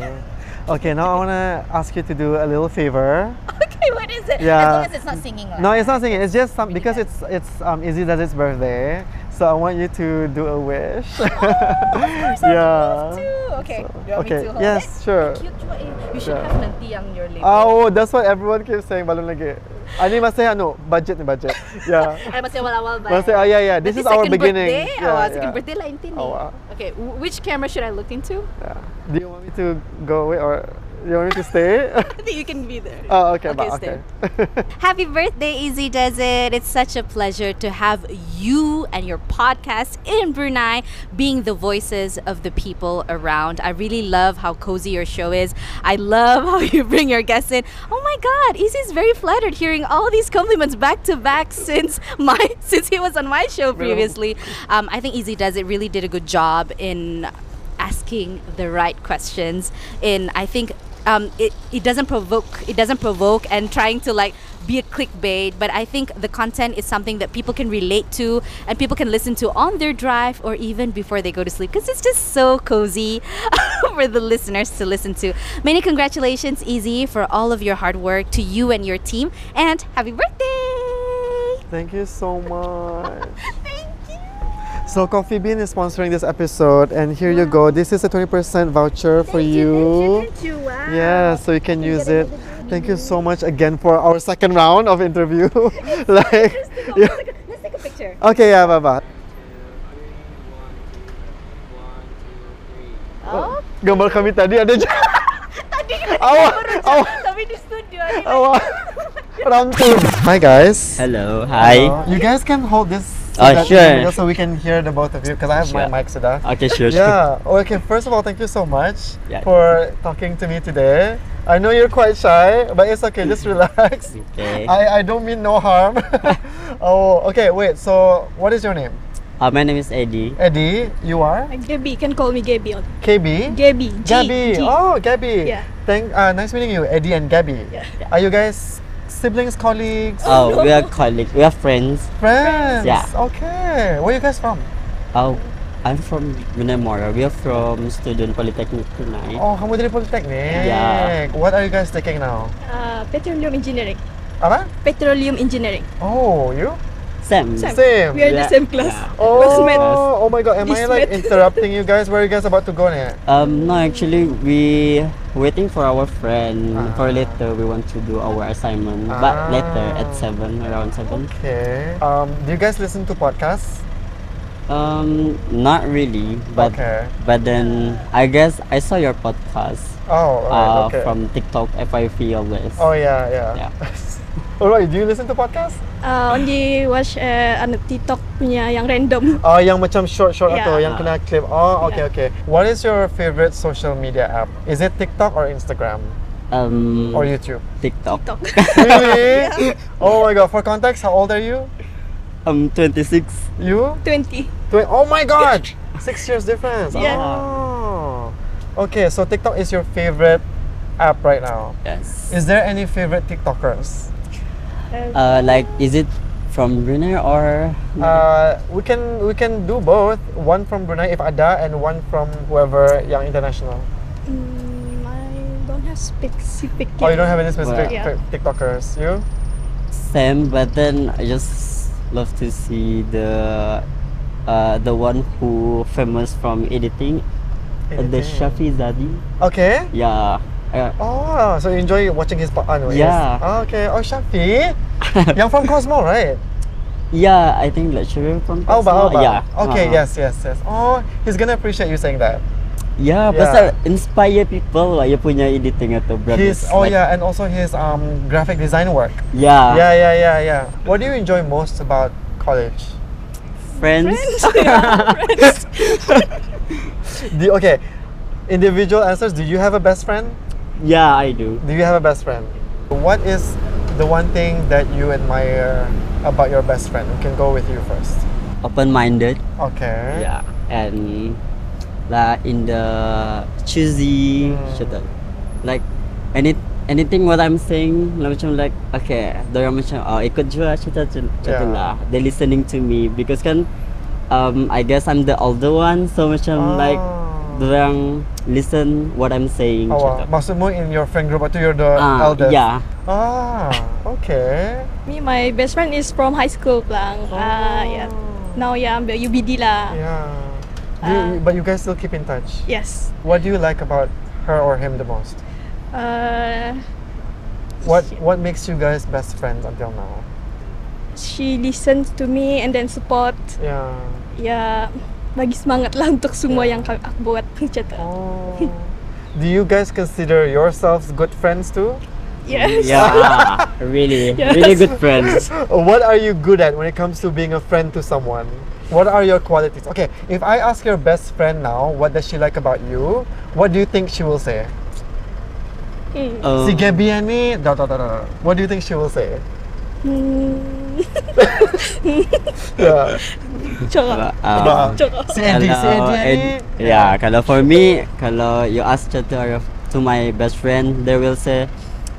S1: okay, now I wanna ask you to do a little favor.
S3: Okay, what is it? As
S1: Yeah.
S3: long as it's not singing. lah.
S1: No, it's not singing. It's just some
S3: We do
S1: because
S3: that.
S1: it's it's um Izzy does its birthday, so I want you to do a wish.
S3: course, I would love to. Okay,
S1: So-
S3: you want me
S1: okay,
S3: to hold
S1: yes,
S3: it?
S1: sure.
S3: Cute juga eh. You should
S1: Yeah.
S3: have nanti yang your label.
S1: Oh, that's what everyone keeps saying. Balon lagi. Ani masih ano ah, budget ni budget. Yeah.
S3: Ay, masih awal-awal ba?
S1: Masih, oh yeah yeah. This is
S3: Nanti
S1: our
S3: second
S1: beginning.
S3: Birthday?
S1: Yeah,
S3: oh,
S1: yeah. ah.
S3: second birthday lain tin eh.
S1: Awal.
S3: Okay, wh- which camera should I look into?
S1: Yeah. Do you want me to go away or you want me to stay?
S3: I think you can be there.
S1: oh, okay,
S3: Okay,
S1: but,
S3: stay.
S1: okay.
S3: Happy birthday, Easy Desert. It's such a pleasure to have you and your podcast in Brunei being the voices of the people around. I really love how cozy your show is. I love how you bring your guests in. Oh my god, Easy's very flattered hearing all these compliments back to back since my since he was on my show previously. Um, I think Easy Desert really did a good job in asking the right questions in I think um, it, it doesn't provoke it doesn't provoke and trying to like be a clickbait but I think the content is something that people can relate to and people can listen to on their drive or even before they go to sleep because it's just so cozy for the listeners to listen to many congratulations Easy for all of your hard work to you and your team and happy birthday
S1: Thank you so much.
S3: thank you
S1: So Coffee Bean is sponsoring this episode, and here you go. This is a twenty percent voucher for
S3: you wow.
S1: Yeah, so you can use it. Thank you so much again for our second round of interview. like, yeah.
S3: let's take a picture
S1: okay, yeah, bye bye.
S3: Oh,
S1: Gambar kami tadi ada j-
S3: tadi kita
S1: Awak-
S3: baru
S1: awak-
S3: jalan tapi di studio ni
S1: awal round two. Hi guys.
S4: Hello, hi.
S1: Hello. You guys can hold this so
S4: Ah,
S1: that-
S4: sure.
S1: so we can hear the both of you because I have
S4: Sure.
S1: my mic, Suda.
S4: Okay, sure, sure.
S1: Yeah. Oh, okay. First of all, thank you so much
S4: Yeah.
S1: for talking to me today. I know you're quite shy, but it's okay. Just relax.
S4: Okay.
S1: I, I don't mean no harm. oh, okay. Wait. So, what is your name?
S4: Uh, my name is Eddie.
S1: Eddie. You are
S3: Gabby, can call me Gabby.
S1: KB.
S3: Gabby. G,
S1: Gabby.
S3: G.
S1: Oh, Gabby.
S3: Yeah.
S1: Thank. Uh, nice meeting you, Eddie and Gabby. Are you guys siblings, colleagues,
S4: Oh, we are colleagues. We are friends.
S3: Oh,
S1: friends?
S4: Yeah.
S1: Okay. Where are you guys from?
S4: Oh, I'm from Minamora. We are from Student Polytechnic tonight.
S1: Oh, kamu dari Polytechnic.
S4: Yeah.
S1: What are you guys taking now?
S3: Uh, petroleum engineering.
S1: Apa?
S3: Petroleum engineering.
S1: Oh, you?
S4: Sam.
S3: Same.
S1: Same.
S3: We are in the
S4: Yeah.
S3: same class.
S4: Yeah.
S1: Oh, oh my god, am I
S3: This
S1: like
S3: method.
S1: interrupting you guys? Where are you guys about to go now?
S4: Um, no, actually, we waiting for our friend. For later, we want to do our assignment.
S1: Ah.
S4: But later at seven, around seven.
S1: Okay. Um, do you guys listen to podcasts?
S4: Um, not really. But
S1: Okay.
S4: but then I guess I saw your podcast
S1: Oh, alright,
S4: uh,
S1: okay.
S4: from TikTok FIV always.
S1: oh yeah, yeah.
S4: Yeah.
S1: Alright, do you listen to podcasts?
S5: Uh, only watch uh, anu TikTok punya yang random.
S1: Oh, yang macam short-short
S5: Yeah.
S1: atau yang kena clip. Oh, okay, okay. What is your favorite social media app? Is it TikTok or Instagram
S4: Um,
S1: or YouTube?
S4: TikTok.
S5: TikTok.
S1: Really? Oh my god. For context, how old are you?
S4: Um, 26.
S1: You?
S5: 20.
S1: Twen- oh my god! Six years difference.
S5: Yeah.
S1: Oh. Okay, so TikTok is your favorite app right now.
S4: Yes.
S1: Is there any favorite TikTokers?
S4: Uh, like, is it from Brunei or?
S5: Mm-hmm.
S1: Uh, we can we can do both. One from Brunei if ada, and one from whoever yang international.
S5: Mm, I don't have specific.
S1: Oh, you don't have any specific
S5: Yeah.
S1: fi- TikTokers. You?
S4: Sam, but then I just love to see the uh, the one who famous from editing, uh,
S1: Anything?
S4: the Shafi Zadi.
S1: Okay.
S4: Yeah. Uh,
S1: Oh, so you enjoy watching his part?
S4: Yeah.
S1: Okay. Oh, Shafi, yang from Cosmo, right?
S4: yeah, I think lecturer from
S1: Alba,
S4: Tasma.
S1: Alba.
S4: Yeah.
S1: Oh, Okay.
S4: uh,
S1: Yes. Yes. Yes. Oh, he's gonna appreciate you saying that.
S4: Yeah,
S1: Yeah.
S4: pasal inspire people lah. Dia punya editing atau
S1: His
S4: brothers.
S1: oh
S4: like-
S1: yeah, and also his um graphic design work.
S4: Yeah.
S1: yeah, yeah, yeah, yeah. What do you enjoy most about college?
S4: Friends.
S1: Do okay, individual answers. Do you have a best friend?
S4: yeah, I do.
S1: Do you have a best friend? What is the one thing that you admire about your best friend? We can go with you first.
S4: Open-minded.
S1: Okay.
S4: Yeah. And like in the choosy shut up. Like any anything what I'm saying, like, macam like okay, dorang macam oh ikut je lah cerita tu cerita
S1: Yeah.
S4: lah. They listening to me because kan um I guess I'm the older one, so macam like
S1: Oh.
S4: dorang listen what I'm saying.
S1: Oh, wow.
S4: macam tu.
S1: maksudmu in your friend group atau you're the
S4: Ah,
S1: eldest?
S4: yeah.
S1: Ah, okay.
S5: Me, my best friend is from high school lang. Ah, yeah. Now yeah, ambil UBD lah.
S1: Oh. Yeah. Do you- but you guys still keep in touch.
S5: Yes.
S1: What do you like about her or him the most?
S5: Uh,
S1: What What makes you guys best friends until now?
S5: she listens to me and then support.
S1: Yeah.
S5: Ya, bagi semangat lah untuk semua
S1: Yeah.
S5: yang ka- aku buat. Macam tu.
S1: Oh. Do you guys consider yourselves good friends too? Mm,
S5: Yes.
S4: Yeah, really,
S5: Yes.
S4: really good friends.
S1: What are you good at when it comes to being a friend to someone? What are your qualities? Okay, if I ask your best friend now, what does she like about you? What do you think she will say?
S5: Hmm.
S4: Um,
S1: Si Gabby ni, dot, dot, dot, dot, dot. What do you think she will say?
S5: Hmm.
S1: Yeah.
S5: Corak.
S4: um,
S1: Ba-
S5: Corak.
S1: si Eddie, si
S4: Kalau
S1: Eddie ni.
S4: Ed- yeah, kalau for me, kalau you ask to, to my best friend, they will say,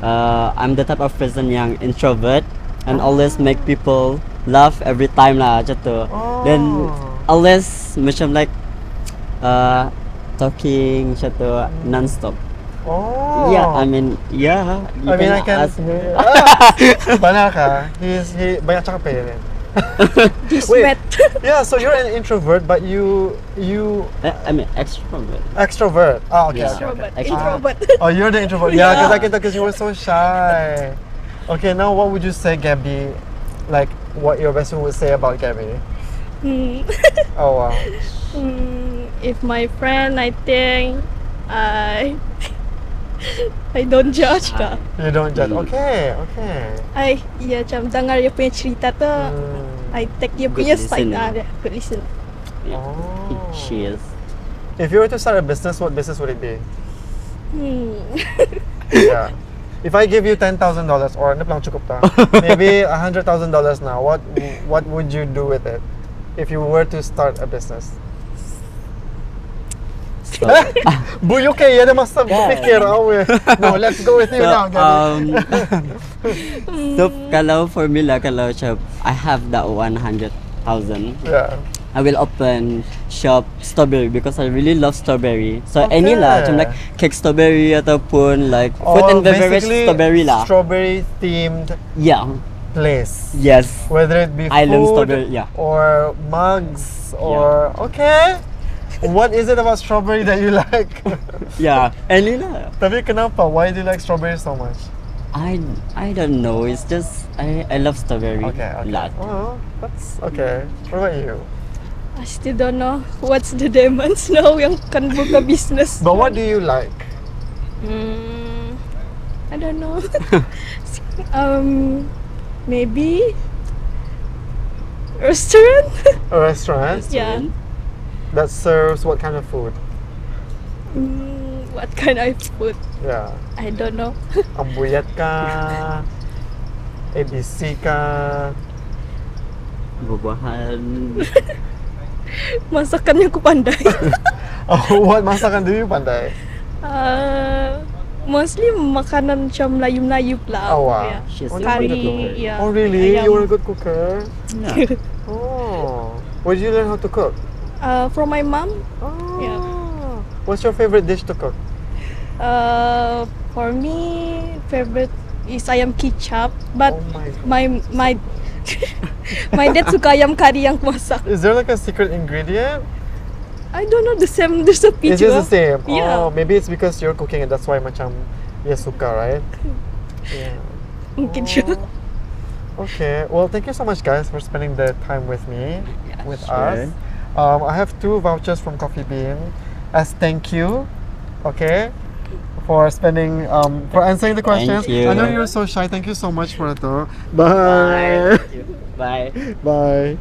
S4: uh, I'm the type of person yang introvert and
S1: Oh.
S4: always make people laugh every time lah, macam tu. Then
S1: Oh.
S4: always macam like uh, talking macam tu non-stop.
S1: Hmm. Oh.
S4: Yeah, I mean, yeah. you
S1: I mean, I can.
S4: ask her.
S1: Banal ka. He's he banyak cakap eh. dia.
S5: Smet.
S1: Yeah, so you're an introvert, but you you
S4: Eh, I mean, extrovert.
S1: extrovert. Oh, okay.
S4: Yeah.
S1: okay, okay.
S5: Robot.
S4: Actually-
S5: Introvert.
S1: Oh, you're the introvert. Yeah, because I can tell because you were so shy. Okay, now what would you say, Gabby? Like what your best friend would say about Gabby?
S5: Hmm.
S1: Oh wow.
S5: Mm, if my friend, I think I I don't judge lah.
S1: Ah. You don't judge.
S4: Mm.
S1: Okay, okay.
S5: I ya macam dengar dia punya cerita tu
S1: Mm.
S5: I take your
S4: Good
S5: yes like
S1: lah.
S4: listener.
S5: that. Good listen.
S1: Oh.
S4: She is.
S1: If you were to start a business, what business would it be?
S5: Hmm.
S1: yeah. If I give you ten thousand dollars, or ano lang cukup ta, maybe a hundred thousand dollars now. What what would you do with it if you were to start a business?
S4: So,
S1: Buyok eh, yan ang mas pikir ako eh. No, let's go with you
S4: so,
S1: now. Gabi.
S4: um, so kalau formula kalau shop, I have that one hundred thousand.
S1: yeah.
S4: I will open shop strawberry because I really love strawberry. So any
S1: Okay.
S4: lah, macam like cake strawberry ataupun like food and beverage
S1: Oh, basically,
S4: strawberry lah.
S1: Strawberry themed
S4: yeah.
S1: place.
S4: Yes.
S1: Whether it be
S4: I
S1: food
S4: love strawberry, yeah.
S1: or mugs or okay. What is it about strawberry that you like?
S4: Yeah. Any lah.
S1: Tapi kenapa? Why do you like strawberry so much?
S4: I I don't know. It's just I I love strawberry.
S1: Okay, okay.
S4: Lot.
S1: Oh, that's okay. What about you?
S5: I still don't know what's the demons now yang kan buka business.
S1: But what do you like?
S5: Hmm, I don't know. um, maybe restaurant.
S1: A restaurant
S5: yeah.
S1: that serves what kind of food?
S5: Mm, what kind of food?
S1: Yeah.
S5: I don't know.
S1: Ambuyat ka? ABC ka?
S4: Buah-buahan.
S5: Masakannya aku pandai.
S1: Oh, what masakan do you pandai?
S5: uh, mostly makanan macam Melayu-Melayu pula.
S1: Oh, wow.
S5: Yeah.
S4: She's
S1: Oh,
S4: a good
S5: Kari,
S4: cooker.
S5: yeah.
S1: oh, really?
S5: ayam.
S1: You're a good cooker?
S4: Yeah.
S1: Oh. Where did you learn how to cook?
S5: Uh, from my mom,
S1: Oh.
S5: Yeah.
S1: What's your favorite dish to cook?
S5: uh, for me favorite is ayam kicap, but
S1: oh my god.
S5: my my my dad suka ayam kari yang aku masak.
S1: Is there like a secret ingredient?
S5: I don't know the same recipe
S1: Is it the
S5: juga.
S1: same?
S5: Yeah.
S1: Oh, maybe it's because you're cooking and that's why macam dia suka, right? Yeah.
S5: Mungkin juga.
S1: Okay. Well, thank you so much, guys, for spending the time with me, with
S4: sure.
S1: us. Um, I have two vouchers from Coffee Bean as thank you. Okay. For spending, um, for answering the
S4: Thank
S1: questions.
S4: you.
S1: I know you're so shy. Thank you so much for it, though. Bye.
S4: Bye.
S1: Bye.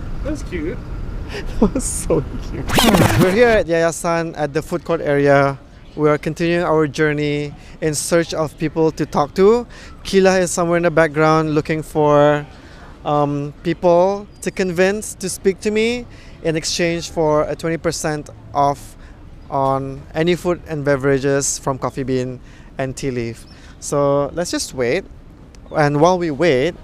S1: That's cute. That was so cute. We're here at Yayasan at the food court area. We are continuing our journey in search of people to talk to. Kila is somewhere in the background looking for um, people to convince to speak to me in exchange for a 20% off on any food and beverages from Coffee Bean and Tea Leaf. So let's just wait. And while we wait,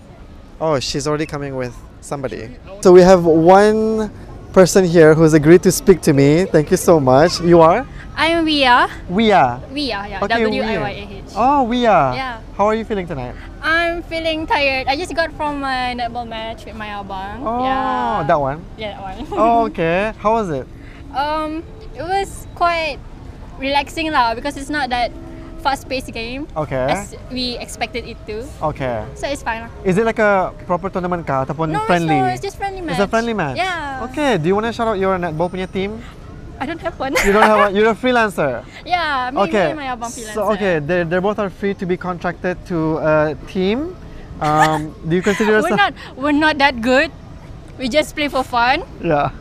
S1: Oh, she's already coming with somebody. So we have one person here who's agreed to speak to me. Thank you so much. You are?
S6: I'm Wia.
S1: We are.
S6: Wia, yeah.
S1: Okay,
S6: W
S1: Wia.
S6: I Y A H.
S1: Oh, we are.
S6: Yeah.
S1: How are you feeling tonight?
S6: I'm feeling tired. I just got from a netball match with my abang.
S1: Oh,
S6: yeah.
S1: that one.
S6: Yeah, that one.
S1: Oh, okay. How was it?
S6: um, it was quite relaxing lah because it's not that fast-paced game
S1: Okay.
S6: as we expected it to.
S1: Okay.
S6: So it's fine lah.
S1: Is it like a proper tournament ka ataupun
S6: No, it's
S1: friendly?
S6: not. It's just friendly match.
S1: It's a friendly match.
S6: Yeah.
S1: Okay. Do you want to shout out your netball punya team?
S6: I don't have one.
S1: You don't have. A, you're a freelancer.
S6: yeah, me,
S1: okay.
S6: me and my abang freelancer.
S1: So okay, they they both are free to be contracted to a team. Um, do you consider
S6: We're
S1: yourself?
S6: not, we're not that good. We just play for fun.
S1: Yeah.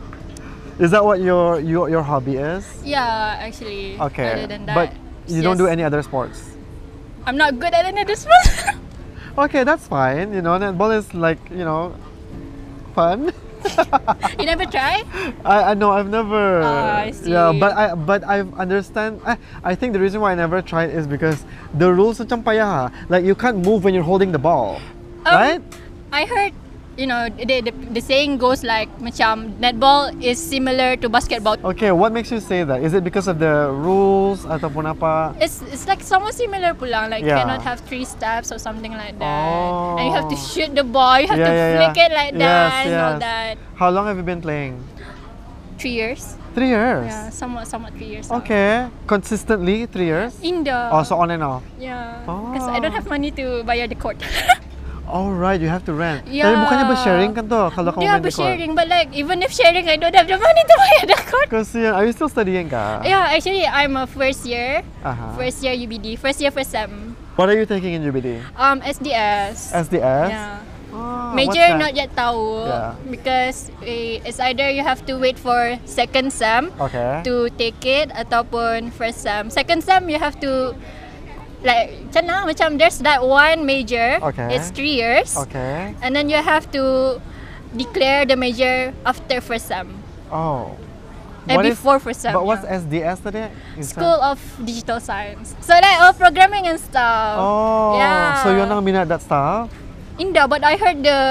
S1: Is that what your your your hobby is?
S6: Yeah, actually.
S1: Okay.
S6: Other than that,
S1: but you don't do
S6: yes.
S1: any other sports.
S6: I'm not good at any of this one.
S1: Okay, that's fine. You know, netball is like, you know, fun.
S6: you never try?
S1: I I know I've never
S6: Ah, I
S1: Yeah,
S6: see.
S1: but I but I understand I, I think the reason why I never tried is because the rules macam payah. ah. Like you can't move when you're holding the ball.
S6: Um,
S1: right?
S6: I heard, you know, the, the, the saying goes like, macam, netball is similar to basketball.
S1: Okay, what makes you say that? Is it because of the rules ataupun apa?
S6: It's, it's like somewhat similar pulang, like
S1: Yeah.
S6: you cannot have three steps or something like that.
S1: Oh.
S6: And you have to shoot the ball, you have
S1: Yeah,
S6: to
S1: yeah,
S6: flick
S1: yeah.
S6: it like
S1: Yes,
S6: that and all
S1: yes.
S6: that.
S1: How long have you been playing?
S6: Three years?
S1: Three years.
S6: Yeah, somewhat, somewhat three years. now.
S1: Okay, Oh, consistently three years.
S6: Indoor.
S1: Also on and off.
S6: Yeah. Because I don't
S1: Oh.
S6: have money to buy the court.
S1: Oh right, you have to rent. Tapi
S6: Yeah.
S1: bukannya bersharing kan tuh kalau kamu
S6: yeah,
S1: main di
S6: but
S1: kolam?
S6: sharing. But like, even if sharing, I don't have the money to buy the court.
S1: Kasihan. Are you still studying kak?
S6: Yeah, actually, I'm a first year.
S1: Aha.
S6: First year UBD. First year, first sem.
S1: What are you taking in UBD?
S6: Um, SDS.
S1: SDS?
S6: Yeah.
S1: Oh,
S2: Ah,
S6: Major
S2: what's
S6: not yet tahu
S2: Yeah.
S6: because eh, it's either you have to wait for second sem
S2: Okay.
S6: to take it ataupun first sem. Second sem you have to like macam mana, macam there's that one major.
S1: Okay.
S6: It's three years.
S1: Okay.
S6: And then you have to declare the major after first sem.
S1: Oh.
S6: Eh,
S1: What is-
S6: before first sem.
S1: But what's
S6: yeah.
S1: SDS tadi? Is that-
S6: School of Digital Science. So like all programming and stuff.
S1: Oh,
S6: yeah.
S1: so you're not minat that stuff?
S6: Indah, but I heard the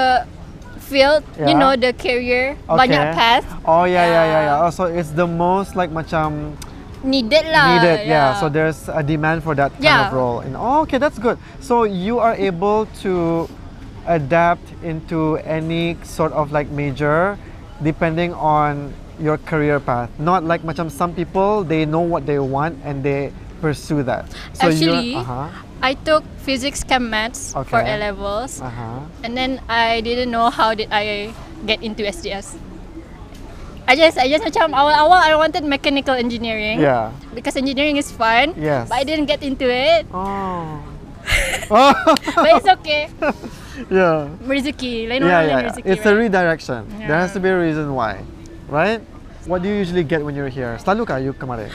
S6: field, you
S1: Yeah.
S6: know, the career banyak
S1: Okay.
S6: path
S1: Oh yeah, yeah, yeah, yeah.
S6: Yeah.
S1: Oh, so it's the most like macam
S6: needed lah.
S1: needed, yeah. So there's a demand for that kind of
S6: Yeah.
S1: role. And oh, okay, that's good. So you are able to adapt into any sort of like major, depending on your career path. Not like macam some people they know what they want and they pursue that. So
S6: Actually,
S1: you're, uh-huh,
S6: I took physics chem maths
S1: Okay.
S6: for A levels,
S1: uh-huh.
S6: and then I didn't know how did I get into SDS. I just, I just macam awal-awal I wanted mechanical engineering
S1: yeah.
S6: because engineering is fun.
S1: Yes.
S6: But I didn't get into it.
S1: Oh.
S6: but it's okay.
S1: yeah.
S6: Rezeki. Lain
S1: yeah,
S6: orang
S1: yeah,
S6: lain
S1: yeah.
S6: rezeki.
S1: It's a
S6: right?
S1: redirection. There has to
S6: Yeah.
S1: be a reason why, right? What do you usually get when you're here? Selalu kah you kemari?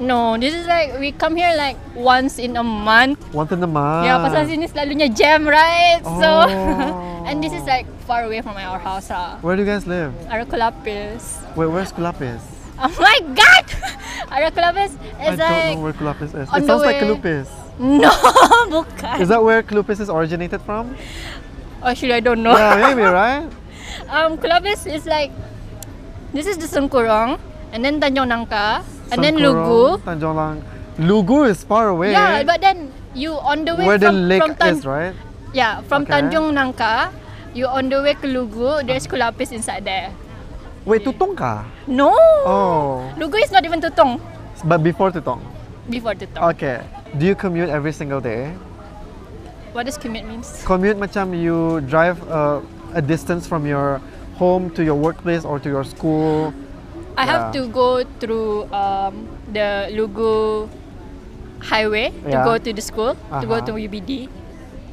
S6: no, this is like we come here like once in a month.
S1: Once in a month.
S6: Ya, pasal sini selalunya jam, right? So,
S1: Oh.
S6: and this is like far away from our house lah.
S1: Where do you guys live?
S6: Arakulapis.
S1: Wait, where's Kulapis?
S6: Oh my god! Arakulapis
S1: I
S6: is
S1: don't
S6: like...
S1: know where Kulapis is.
S6: on
S1: It
S6: the
S1: sounds like
S6: way-
S1: Kalupis.
S6: No, bukan.
S1: Is that where Kalupis is originated from?
S6: Actually, I don't know.
S1: yeah, maybe, right?
S6: um, Kulapis is like... This is the Sungkurong. And then Tanjong Nangka. And then Lugu.
S1: Sungkurung, Tanjong Lang. Lugu is far away.
S6: Yeah, but then you on the way
S1: where the
S6: from,
S1: lake
S6: from Tan-
S1: is, right?
S6: Yeah, from
S1: Okay.
S6: Tanjong Nangka, you on the way to Lugu, there's Kulapis inside there.
S1: Wait, Tutong ka?
S6: No!
S1: Oh,
S6: Lugu is not even Tutong.
S1: but before Tutong.
S6: Before Tutong.
S1: Okay. Do you commute every single day?
S6: What does commute means?
S1: commute macam you drive a, a distance from your home to your workplace or to your school.
S6: I have
S1: Yeah.
S6: to go through um, the Lugu highway to
S1: Yeah.
S6: go to the school to go
S1: Uh-huh. Ah.
S6: to UBD.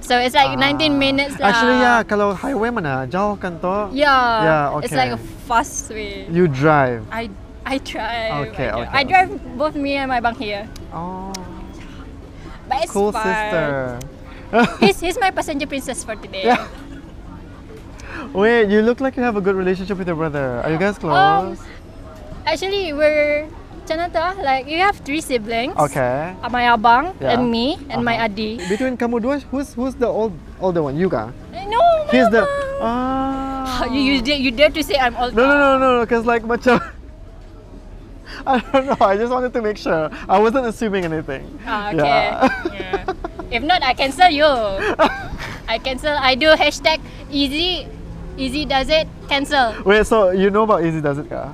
S6: So it's like 19 minutes lah.
S1: Actually, yeah, kalau highway mana jauh kan to?
S6: Yeah.
S1: Yeah,
S6: It's like a
S1: okay.
S6: fast way.
S1: You drive.
S6: I I drive.
S1: Okay,
S6: I
S1: okay,
S6: drive. I
S1: okay.
S6: drive both me and my bang here.
S1: Oh,
S6: But it's
S1: cool
S6: fun.
S1: sister.
S6: He's, he's my passenger princess for today.
S1: Yeah. Wait, you look like you have a good relationship with your brother. Are you guys close?
S6: Actually, we're Chanata, like you have three siblings.
S1: okay.
S6: Uh, My abang
S1: Yeah.
S6: and me and my
S1: Uh-huh.
S6: adi.
S1: Between kamu dua, who's who's the old older one? You ka?
S6: No, my
S1: He's the
S6: abang.
S1: ah.
S6: You, you, dare, you dare to say I'm old?
S1: No, no, no, no, no, because like macam. I don't know. I just wanted to make sure. I wasn't assuming anything.
S6: Ah, okay.
S1: Yeah.
S6: Yeah. If not, I cancel you. I cancel. I do hashtag easy. Easy does it. Cancel.
S1: Wait, so you know about Easy Does It Ka?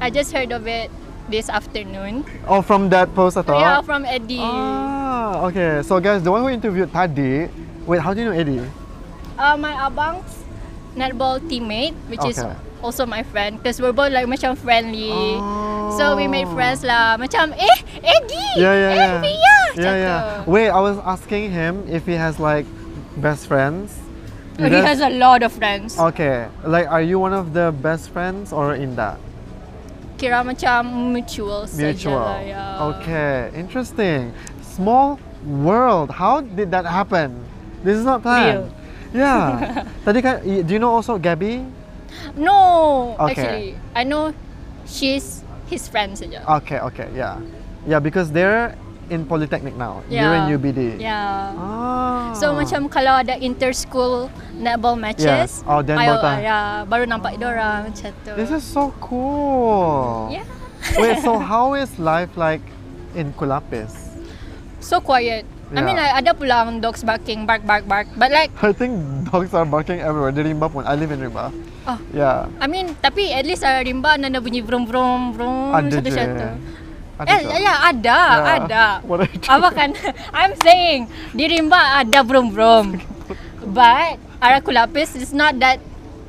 S6: I just heard of it this afternoon.
S1: Oh, from that post at all?
S6: Yeah, from Eddie.
S1: Ah, okay. So guys, the one who interviewed Tadi, wait, how do you know Eddie?
S6: Uh, my abang's netball teammate, which is
S1: Okay.
S6: also my friend, because we're both like macam friendly. So we made
S1: Oh.
S6: friends lah. Macam eh Eddie,
S1: Yeah, yeah,
S6: eh,
S1: yeah.
S6: Ria,
S1: Yeah,
S6: macam
S1: yeah.
S6: tu.
S1: Wait, I was asking him if he has like best friends. You
S6: He
S1: guys-
S6: has a lot of friends.
S1: Okay, like are you one of the best friends or in that?
S6: Kira macam mutual,
S1: Mutual.
S6: saja lah. Yeah.
S1: Okay, interesting. Small world. How did that happen? This is not planned.
S6: Real.
S1: Yeah. Tadi kan, y- do you know also Gabby?
S6: No,
S1: Okay.
S6: actually, I know she's his friend saja.
S1: Okay, okay, yeah. Yeah, because they're in Polytechnic now.
S6: Yeah.
S1: You're in UBD.
S6: Yeah.
S1: Ah.
S6: So macam kalau ada inter-school netball matches,
S1: Yeah. Oh, then
S6: ayo,
S1: bata.
S6: yeah, baru nampak dorang macam tu.
S1: This is so cool.
S6: Yeah.
S1: Wait, so how is life like in Kulapis?
S6: so quiet. I mean
S1: Yeah.
S6: like ada pulang dogs barking, bark bark bark. But like
S1: I think dogs are barking everywhere. Di Rimba pun. I live in Rimba.
S6: Oh.
S1: Yeah.
S6: I mean tapi at least uh, rimba nanda bunyi vroom vroom vroom
S1: Ada je.
S6: satu-satu.
S1: Ada
S6: Eh,
S1: tu.
S6: ya, ada,
S1: Yeah.
S6: ada.
S1: What I do.
S6: Apa kan? I'm saying di rimba ada vroom vroom. But arah kulapis is not that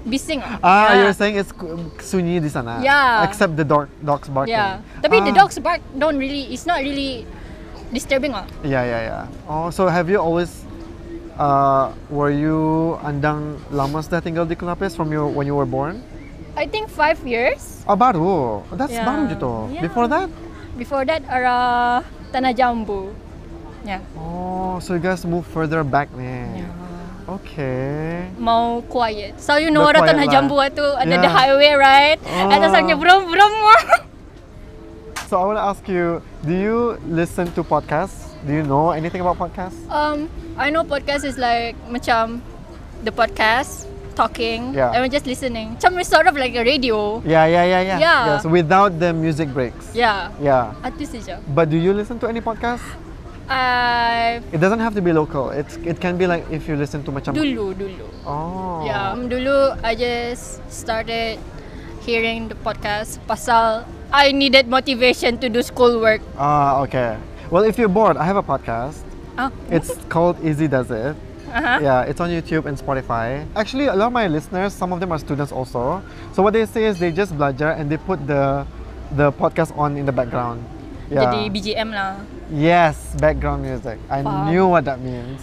S6: bising. Ya.
S1: Ah,
S6: Yeah.
S1: you're saying it's ku- sunyi di sana.
S6: Yeah.
S1: Except the dog, dogs barking.
S6: Yeah. Ya. Tapi the
S1: Ah.
S6: dogs bark don't really it's not really disturbing lah.
S1: Yeah, yeah, yeah. Oh, so have you always uh, were you andang lamas dah tinggal di Kelapis from your when you were born?
S6: I think five years
S1: Ah, baru. That's
S6: Yeah.
S1: baru je tu.
S6: Yeah.
S1: Before that?
S6: before that arah Tanah Jambu. Yeah.
S1: Oh, so you guys move further back ni. Okay.
S6: Mau quiet. So you know
S1: The
S6: arah
S1: quiet
S6: Tanah
S1: lah.
S6: Jambu tu ada the
S1: Yeah.
S6: highway right?
S1: Ah.
S6: Atas hanya brum brum.
S1: So I want to ask you, do you listen to podcasts? Do you know anything about podcasts?
S6: Um, I know podcast is like macam the podcast talking
S1: Yeah.
S6: and we're just listening. Macam it's sort of like a radio.
S1: Yeah, yeah, yeah, yeah.
S6: Yeah.
S1: Yes, without the music breaks.
S6: Yeah.
S1: Yeah.
S6: Atu saja.
S1: But do you listen to any podcast?
S6: I
S1: It doesn't have to be local. It's it can be like if you listen to macam
S6: dulu dulu.
S1: Oh.
S6: Yeah, um, dulu I just started hearing the podcast pasal I needed motivation to do schoolwork.
S1: Ah, okay. Well, if you're bored, I have a podcast.
S6: Ah,
S1: It's called Easy Does It.
S6: Uh-huh.
S1: Yeah, it's on YouTube and Spotify. Actually, a lot of my listeners, some of them are students also. So what they say is they just belajar and they put the the podcast on in the background. Yeah.
S6: Jadi BGM lah.
S1: yes, background music. I
S6: Faham.
S1: knew what that means.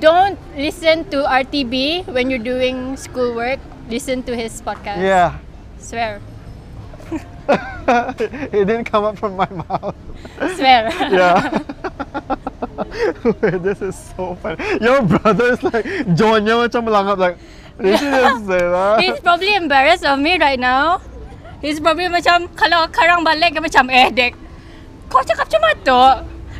S6: Don't listen to RTB when you're doing schoolwork. Listen to his podcast.
S1: Yeah.
S6: Swear.
S1: it didn't come up from my mouth.
S6: Swear.
S1: Yeah. Wait, this is so funny. Your brother is like Johnnya macam melangap like Did you just say that?
S6: He's probably embarrassed of me right now. He's probably macam kalau karang balik dia macam eh dek. Kau cakap macam mana tu?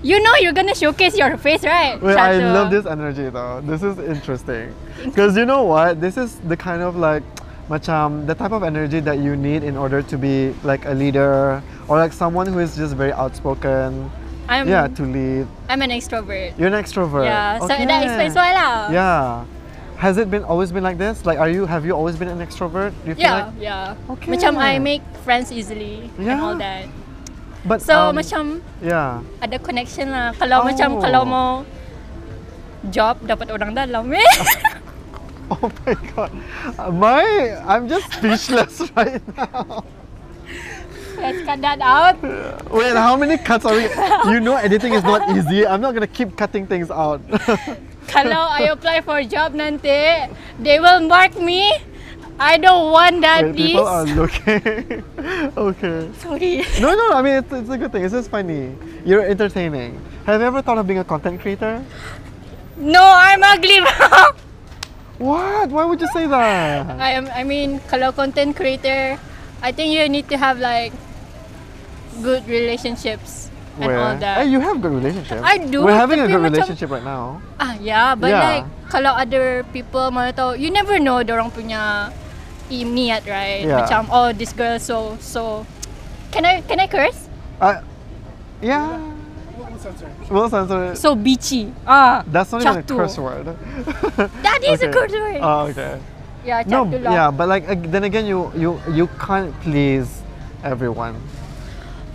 S6: You know you're gonna showcase your face, right?
S1: Wait,
S6: Macam
S1: I
S6: tu.
S1: love this energy though. This is interesting. Because you know what? This is the kind of like, macam, the type of energy that you need in order to be like a leader or like someone who is just very outspoken.
S6: I'm
S1: yeah, to lead.
S6: I'm an extrovert.
S1: You're an extrovert.
S6: Mm. Yeah, so that explains why lah.
S1: Yeah. Has it been always been like this? Like, are you, have you always been an extrovert? Do you feel
S6: Yeah,
S1: like?
S6: yeah.
S1: Okay.
S6: Macam I make friends easily and
S1: Yeah.
S6: all that.
S1: But,
S6: So
S1: um,
S6: macam
S1: Yeah.
S6: ada connection lah. Kalau
S1: Oh.
S6: macam kalau mau job dapat orang dalam eh.
S1: Oh my god. My, I'm just speechless right now.
S6: Let's cut that out.
S1: Wait, how many cuts are we? You know, editing is not easy. I'm not gonna keep cutting things out.
S6: kalau I apply for job nanti, they will mark me. I don't want
S1: Wait,
S6: that
S1: people
S6: please.
S1: are looking. okay.
S6: Sorry.
S1: No, no. I mean, it's, it's a good thing. It's just funny. You're entertaining. Have you ever thought of being a content creator?
S6: No, I'm ugly. bro.
S1: What? Why would you say that?
S6: I am I mean kalau content creator, I think you need to have like good relationships and all that.
S1: Hey, you have good relationship.
S6: I do,
S1: We're having a
S6: tapi
S1: good
S6: macam-
S1: relationship right now.
S6: Ah, yeah, but
S1: Yeah.
S6: like kalau other people mana tahu, you never know orang punya i- niat, right?
S1: Yeah.
S6: Macam oh this girl so so can I can I curse?
S1: Uh, yeah. We'll censor it.
S6: So bitchy. Ah.
S1: That's not even a
S6: Catu.
S1: curse word.
S6: That is a
S1: Okay.
S6: curse word.
S1: Oh, okay.
S6: yeah,
S1: No, ya.
S6: chat tu
S1: yeah,
S6: lah.
S1: but like ag- then again, you you you can't please everyone.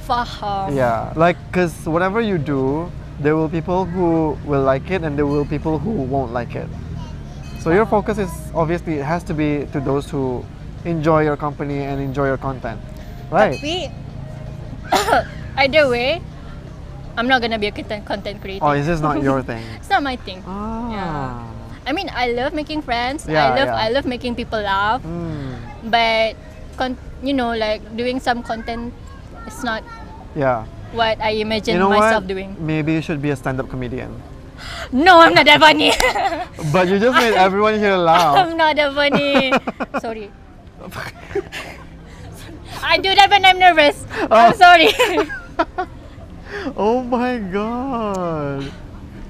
S6: Faham.
S1: Yeah, like because whatever you do, there will people who will like it and there will people who won't like it. So your focus is obviously it has to be to those who enjoy your company and enjoy your content, right?
S6: Tapi either way, I'm not gonna be a content content creator.
S1: Or Oh, is this not your thing?
S6: It's not my thing.
S1: Ah.
S6: I mean, I love making friends.
S1: Yeah,
S6: I love
S1: yeah.
S6: I love making people laugh.
S1: Hmm.
S6: But con- you know, like doing some content, it's not
S1: Yeah.
S6: what I imagine
S1: you know
S6: myself
S1: what?
S6: doing.
S1: Maybe you should be a stand-up comedian.
S6: No, I'm not that funny.
S1: But you just made everyone here laugh.
S6: I'm not that funny. sorry. I do that when I'm nervous. I'm
S1: Oh.
S6: sorry.
S1: Oh my god.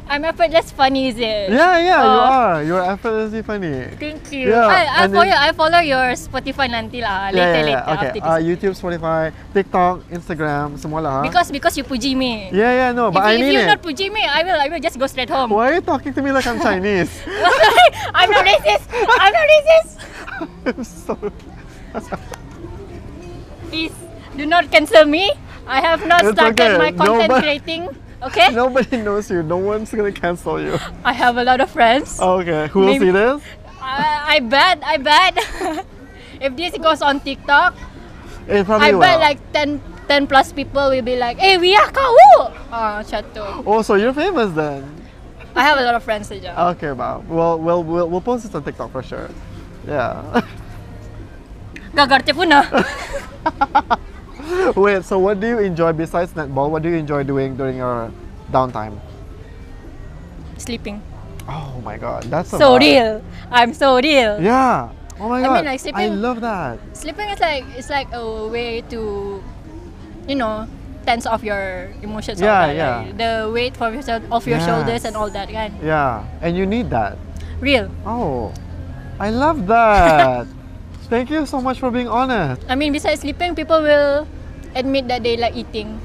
S6: I'm effortless funny, is it?
S1: Yeah, yeah, you
S6: Oh.
S1: are. You're effortlessly funny.
S6: Thank you.
S1: Yeah,
S6: I, I
S1: and
S6: follow
S1: then-
S6: I follow your Spotify nanti lah. Later, later
S1: Okay.
S6: after this.
S1: Uh, YouTube, Spotify, TikTok, Instagram, semua lah. ha?
S6: because because you puji me.
S1: yeah, yeah, no, but
S6: if,
S1: I
S6: if
S1: mean
S6: you
S1: it.
S6: not puji me, I will I will just go straight home.
S1: Why are you talking to me like I'm Chinese?
S6: I'm not racist. I'm not racist.
S1: I'm so.
S6: Please do not cancel me. I have not
S1: It's
S6: started
S1: okay.
S6: my content
S1: Nobody-
S6: creating. Okay.
S1: Nobody knows you. No one's gonna cancel you.
S6: I have a lot of friends.
S1: Okay, who will
S6: Maybe-
S1: see this?
S6: I, I bet. I bet. if this goes on TikTok,
S1: It probably
S6: I
S1: will.
S6: bet like 10, 10 plus people will be like, "Hey, we are kau." Ah, chat tu.
S1: oh, so you're famous then?
S6: I have a lot of friends saja.
S1: Okay, wow. Well, we'll, we'll, we'll post this on TikTok for sure. Yeah.
S6: Gagarte po na.
S1: Wait, so what do you enjoy besides netball? What do you enjoy doing during your downtime?
S6: Sleeping.
S1: Oh my god, that's a
S6: So
S1: lot.
S6: real. I'm so real.
S1: Yeah. Oh my
S6: I
S1: god.
S6: mean, like, sleeping-
S1: love that.
S6: Sleeping is like it's like a way to you know, tense off your emotions all
S1: Yeah,
S6: that,
S1: yeah.
S6: like, the weight from yourself off your
S1: Yes.
S6: shoulders and all that kind.
S1: Yeah, and you need that.
S6: Real.
S1: Oh, I love that. Thank you so much for being honest.
S6: I mean besides sleeping people will admit that they like eating.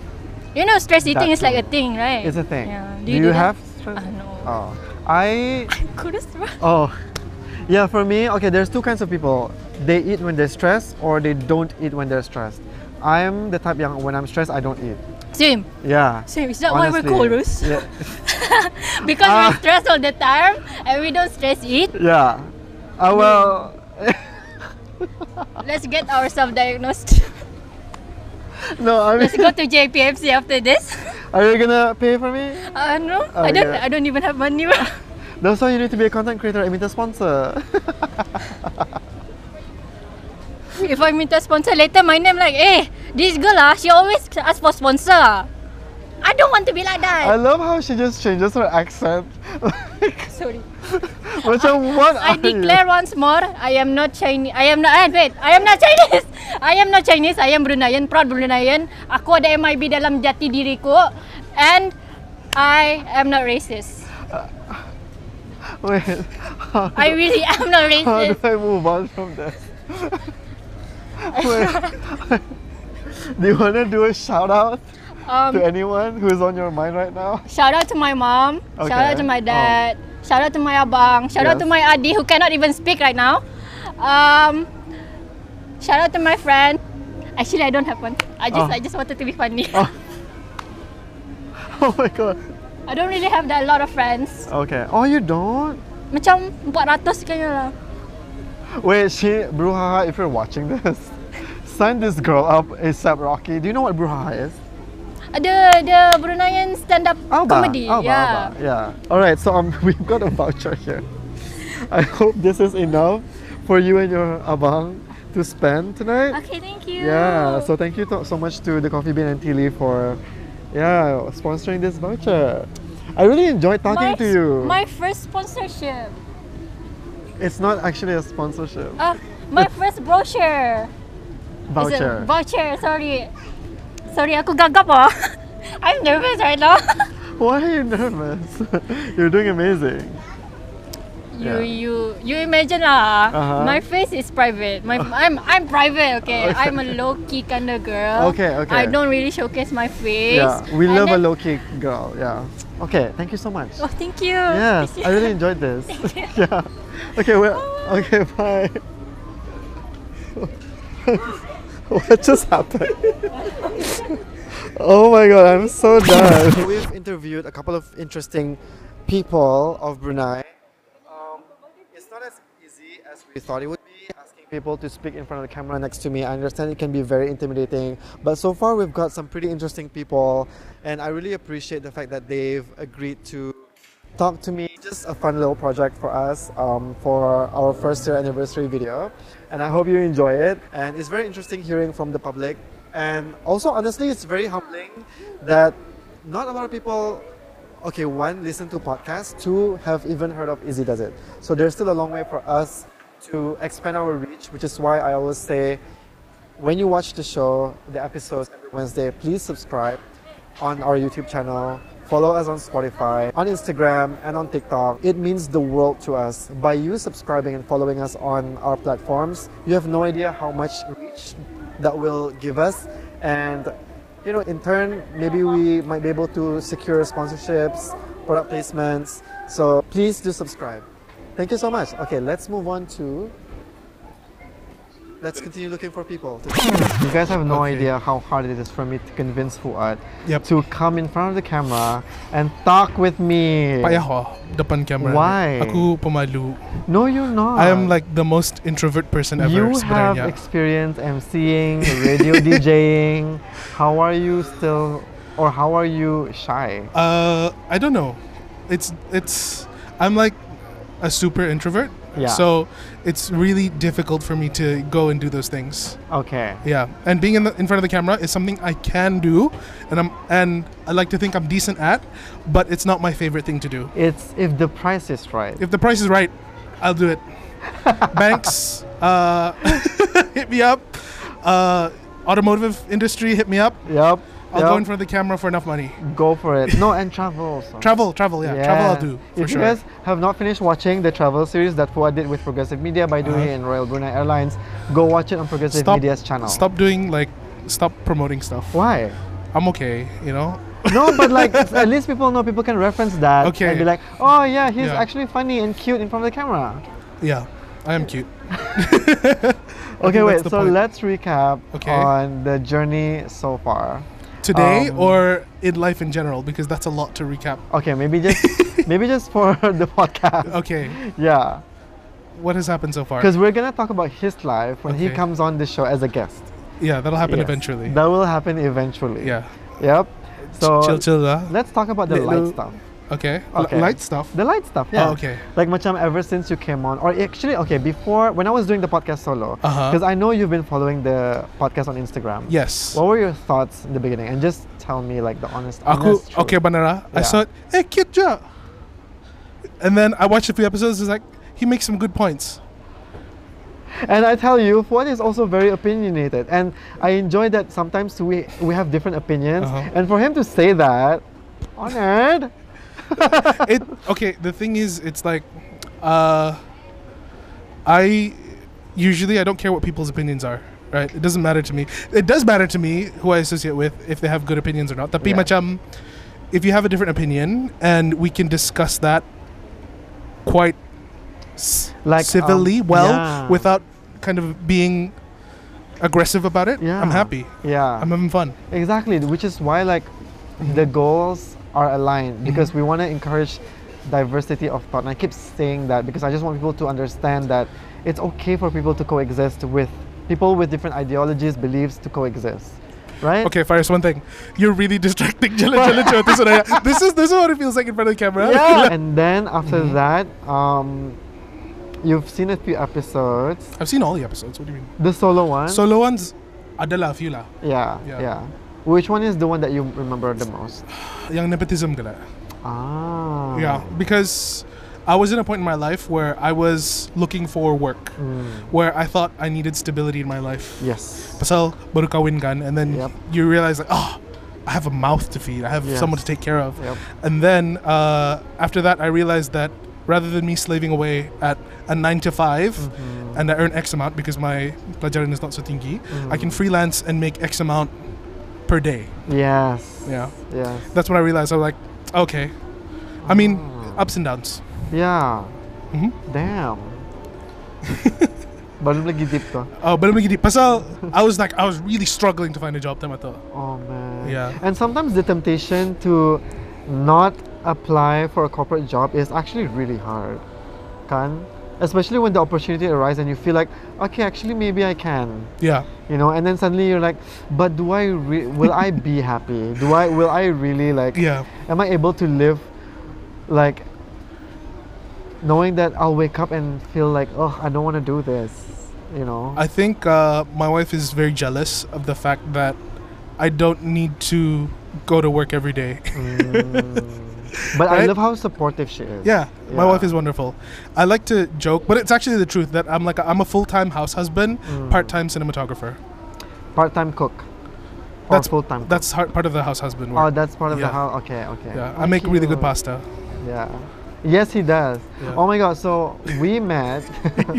S6: You know stress eating
S1: That's
S6: is like a
S1: true.
S6: thing, right?
S1: It's a thing.
S6: Yeah.
S1: Do, you have? stress?
S6: Ah, no.
S1: Oh, I.
S6: Kudos to
S1: Oh, yeah. For me, okay. There's two kinds of people. They eat when they're stressed, or they don't eat when they're stressed. I'm the type yang when I'm stressed, I don't eat.
S6: Same.
S1: Yeah.
S6: Same. Is that why we're
S1: Honestly.
S6: chorus?
S1: Yeah.
S6: Because
S1: Ah.
S6: we're stressed all the time and we don't stress eat.
S1: yeah. Ah, well,
S6: Let's get ourselves diagnosed.
S1: no, I
S6: Let's
S1: mean,
S6: go to JPFC after this.
S1: are you gonna pay for me?
S6: Uh, no,
S1: Oh,
S6: I don't.
S1: yeah.
S6: I don't even have money.
S1: That's why you need to be a content creator and meet a sponsor.
S6: if I meet a sponsor later, my name like, hey, this girl ah, she always ask for sponsor. ah." I don't want to be like
S1: I
S6: that.
S1: love how she just changes her accent. Like,
S6: Sorry.
S1: Macam what
S6: I
S1: are
S6: declare
S1: you?
S6: once more, I am not Chinese. I am not. ah, Wait, I am not Chinese. I am not Chinese. I am Bruneian, proud Bruneian. Aku ada MIB dalam jati diriku, and I am not racist.
S1: Wait, how,
S6: I really am
S1: how
S6: not
S1: do
S6: racist.
S1: I move on from this? Wait, do you wanna do a shout out
S6: Um,
S1: to anyone who is on your mind right now?
S6: Shout out to my mom. Shout out
S1: Okay. Oh.
S6: to my dad. Shout out to my abang. Shout out
S1: Yes.
S6: to my adi who cannot even speak right now. Um, shout out to my friend. Actually, I don't have one. I just
S1: Oh.
S6: I just wanted to be funny.
S1: Oh. Oh my god.
S6: I don't really have that lot of friends.
S1: Okay. Oh, you don't?
S6: Macam 400 kayaknya lah.
S1: Wait, she Bruhaha, if you're watching this, sign this girl up ASAP Rocky. Do you know what Bruhaha is?
S6: Ada ada Bruneian stand up comedy. Ya.
S1: Alba,
S6: yeah.
S1: Alba. Yeah. All right. So um, we've got a voucher here. I hope this is enough for you and your abang to spend tonight.
S6: Okay, thank you.
S1: Yeah. Ya, So thank you to- so much to the Coffee Bean and Tea Leaf for, yeah, sponsoring this voucher. I really enjoyed talking
S6: my,
S1: to you.
S6: My first sponsorship.
S1: it's not actually a sponsorship.
S6: Uh, my first brochure. Is it-
S1: Voucher.
S6: Voucher, sorry. Sorry, aku gagap ah. I'm nervous right now.
S1: Why are you nervous? You're doing amazing.
S6: you
S1: Yeah.
S6: you you imagine lah.
S1: Uh-huh.
S6: My face is private. My I'm I'm private. Okay,
S1: Okay.
S6: I'm a low key kind of girl.
S1: Okay, okay.
S6: I don't really showcase my face.
S1: Yeah. We
S6: And
S1: love a
S6: then-
S1: low key girl. Yeah. Okay. Thank you so much.
S6: Oh, thank you.
S1: Yes, I really enjoyed this. yeah. Okay, well, okay, bye. what just happened? oh my god, I'm so done. We've interviewed a couple of interesting people of Brunei. Um, it's not as easy as we thought it would be. Asking people to speak in front of the camera next to me, I understand it can be very intimidating, but so far we've got some pretty interesting people, and I really appreciate the fact that they've agreed to talk to me just a fun little project for us um, for our first year anniversary video and i hope you enjoy it and it's very interesting hearing from the public and also honestly it's very humbling that not a lot of people okay one listen to podcasts two have even heard of easy does it so there's still a long way for us to expand our reach which is why i always say when you watch the show, the episodes every Wednesday, please subscribe on our YouTube channel. Follow us on Spotify, on Instagram, and on TikTok. It means the world to us. By you subscribing and following us on our platforms, you have no idea how much reach that will give us. And, you know, in turn, maybe we might be able to secure sponsorships, product placements. So please do subscribe. Thank you so much. Okay, let's move on to Let's continue looking for people. You guys have no idea how hard it is for me to convince Fuad
S7: Yep.
S1: to come in front of the camera and talk with me.
S7: Payah ah, depan kamera.
S1: Why?
S7: Aku pemalu.
S1: No, you're not.
S7: I am like the most introvert person ever
S1: You have
S7: sebenarnya.
S1: experience emceeing, radio DJing. How are you still, or how are you shy?
S7: uh, I don't know. it's it's I'm like a super introvert.
S1: Yeah.
S7: So it's really difficult for me to go and do those things.
S1: Okay.
S7: Yeah. And being in the, in front of the camera is something I can do and I'm and I like to think I'm decent at, but it's not my favorite thing to do.
S1: It's if the price is right.
S7: If the price is right, I'll do it. Banks, uh, hit me up. Uh, automotive industry, hit me up.
S1: Yep.
S7: I'll
S1: yep.
S7: go in front of the camera for enough money.
S1: Go for it. No, and travel also.
S7: Travel, travel, yeah, travel. I'll do for
S1: if
S7: sure.
S1: you guys have not finished watching the travel series that Fuad did with Progressive Media by doing it in Royal Brunei Airlines, go watch it on Progressive Media's channel.
S7: Uh-huh. Stop doing like stop promoting stuff.
S1: Why?
S7: I'm okay, you know.
S1: No, but like it's- at least people know people can reference that and
S7: Okay.
S1: be like, oh yeah, he's
S7: Yeah.
S1: actually funny and cute in front of the camera.
S7: Yeah, I am cute.
S1: Okay,
S7: think
S1: wait.
S7: that's
S1: So
S7: the point.
S1: let's recap
S7: Okay.
S1: on the journey so far.
S7: Today
S1: Um,
S7: or in life in general because that's a lot to recap.
S1: Okay, maybe just maybe just for the podcast.
S7: Okay,
S1: Yeah,
S7: what has happened so far?
S1: because we're gonna talk about his life when he
S7: Okay.
S1: comes on the show as a guest.
S7: Yeah, that'll happen
S1: Yes,
S7: eventually.
S1: That will happen eventually.
S7: yeah.
S1: Yep. So
S7: chill, chill, uh.
S1: let's talk about the
S7: Little-
S1: light stuff.
S7: Okay. L-
S1: Okay.
S7: light stuff.
S1: The light stuff. Yeah.
S7: Oh, okay.
S1: Like macam ever since you came on, or actually, okay, before when I was doing the podcast solo,
S7: Uh-huh.
S1: because I know you've been following the podcast on Instagram.
S7: Yes.
S1: What were your thoughts in the beginning? And just tell me like the honest.
S7: Aku
S1: honest
S7: okay
S1: truth.
S7: banara. I
S1: Yeah.
S7: saw it. Hey, cute ja. And then I watched a few episodes. It's like he makes some good points.
S1: And I tell you, Fuad is also very opinionated, and I enjoy that sometimes we we have different opinions,
S7: Uh-huh.
S1: and for him to say that, honored.
S7: it okay the thing is it's like uh i usually i don't care what people's opinions are right it doesn't matter to me it does matter to me who i associate with if they have good opinions or not tapi
S1: Yeah.
S7: macam if you have a different opinion and we can discuss that quite s-
S1: Like,
S7: civilly
S1: um,
S7: well
S1: yeah.
S7: without kind of being aggressive about it
S1: Yeah.
S7: i'm happy
S1: Yeah.
S7: i'm having fun
S1: Exactly, which is why like
S7: Mm-hmm.
S1: the goals are aligned because we want to encourage diversity of thought. And I keep saying that because I just want people to understand that it's okay for people to coexist with people with different ideologies, beliefs to coexist. Right?
S7: Okay, Faris, one thing. You're really distracting. Jalan, jalan, jalan. This, is what I- this is this is what it feels like in front of the camera.
S1: Yeah. and then after
S7: Mm-hmm.
S1: that, um, you've seen a few episodes.
S7: I've seen all the episodes. What do you mean?
S1: The solo one.
S7: Solo ones, adalah a few lah.
S1: yeah, yeah.
S7: Yeah.
S1: Which one is the one that you remember the most?
S7: Yang nepotism gala.
S1: Ah.
S7: Yeah, because I was in a point in my life where I was looking for work,
S1: Mm.
S7: where I thought I needed stability in my life.
S1: Hmm. Yes.
S7: Pasal baru kahwin kan, and then
S1: Yep.
S7: you realize like, oh, I have a mouth to feed. I have
S1: Yes.
S7: someone to take care of.
S1: Yep.
S7: And then uh, after that, I realized that rather than me slaving away at a nine to 5 and I earn X amount because my pelajaran is not so tinggi, I can freelance and make X amount per day.
S1: Yes.
S7: Yeah,
S1: Yes.
S7: that's when I realized I was like, okay. I mean, ups and downs.
S1: Yeah.
S7: Mhm.
S1: Damn. Baru lagi deep to.
S7: Uh, but I'm pasal I was like, I was really struggling to find a job. Then I thought,
S1: Oh man.
S7: Yeah.
S1: And sometimes the temptation to not apply for a corporate job is actually really hard. Kan? Especially when the opportunity arises and you feel like, okay, actually maybe I can.
S7: yeah,
S1: You know, and then suddenly you're like, but do I re- will I be happy? Do I will I really like
S7: yeah,
S1: am I able to live like knowing that I'll wake up and feel like, oh, I don't want to do this, you know?
S7: I think uh, my wife is very jealous of the fact that I don't need to go to work every day.
S1: but I
S7: right?
S1: love how supportive she is.
S7: yeah, my
S1: Yeah.
S7: wife is wonderful. I like to joke, but it's actually the truth that I'm like a, I'm a full time house husband,
S1: Mm.
S7: part time cinematographer.
S1: Part-time cook. Or
S7: That's
S1: full-time.
S7: That's har part of the house husband
S1: cook. Oh,
S7: work.
S1: that's part of the
S7: Yeah.
S1: house. Okay, okay.
S7: yeah,
S1: Oh,
S7: I make really good
S1: cute.
S7: pasta.
S1: Yeah. Yes, he does.
S7: Yeah.
S1: Oh my god, so we met.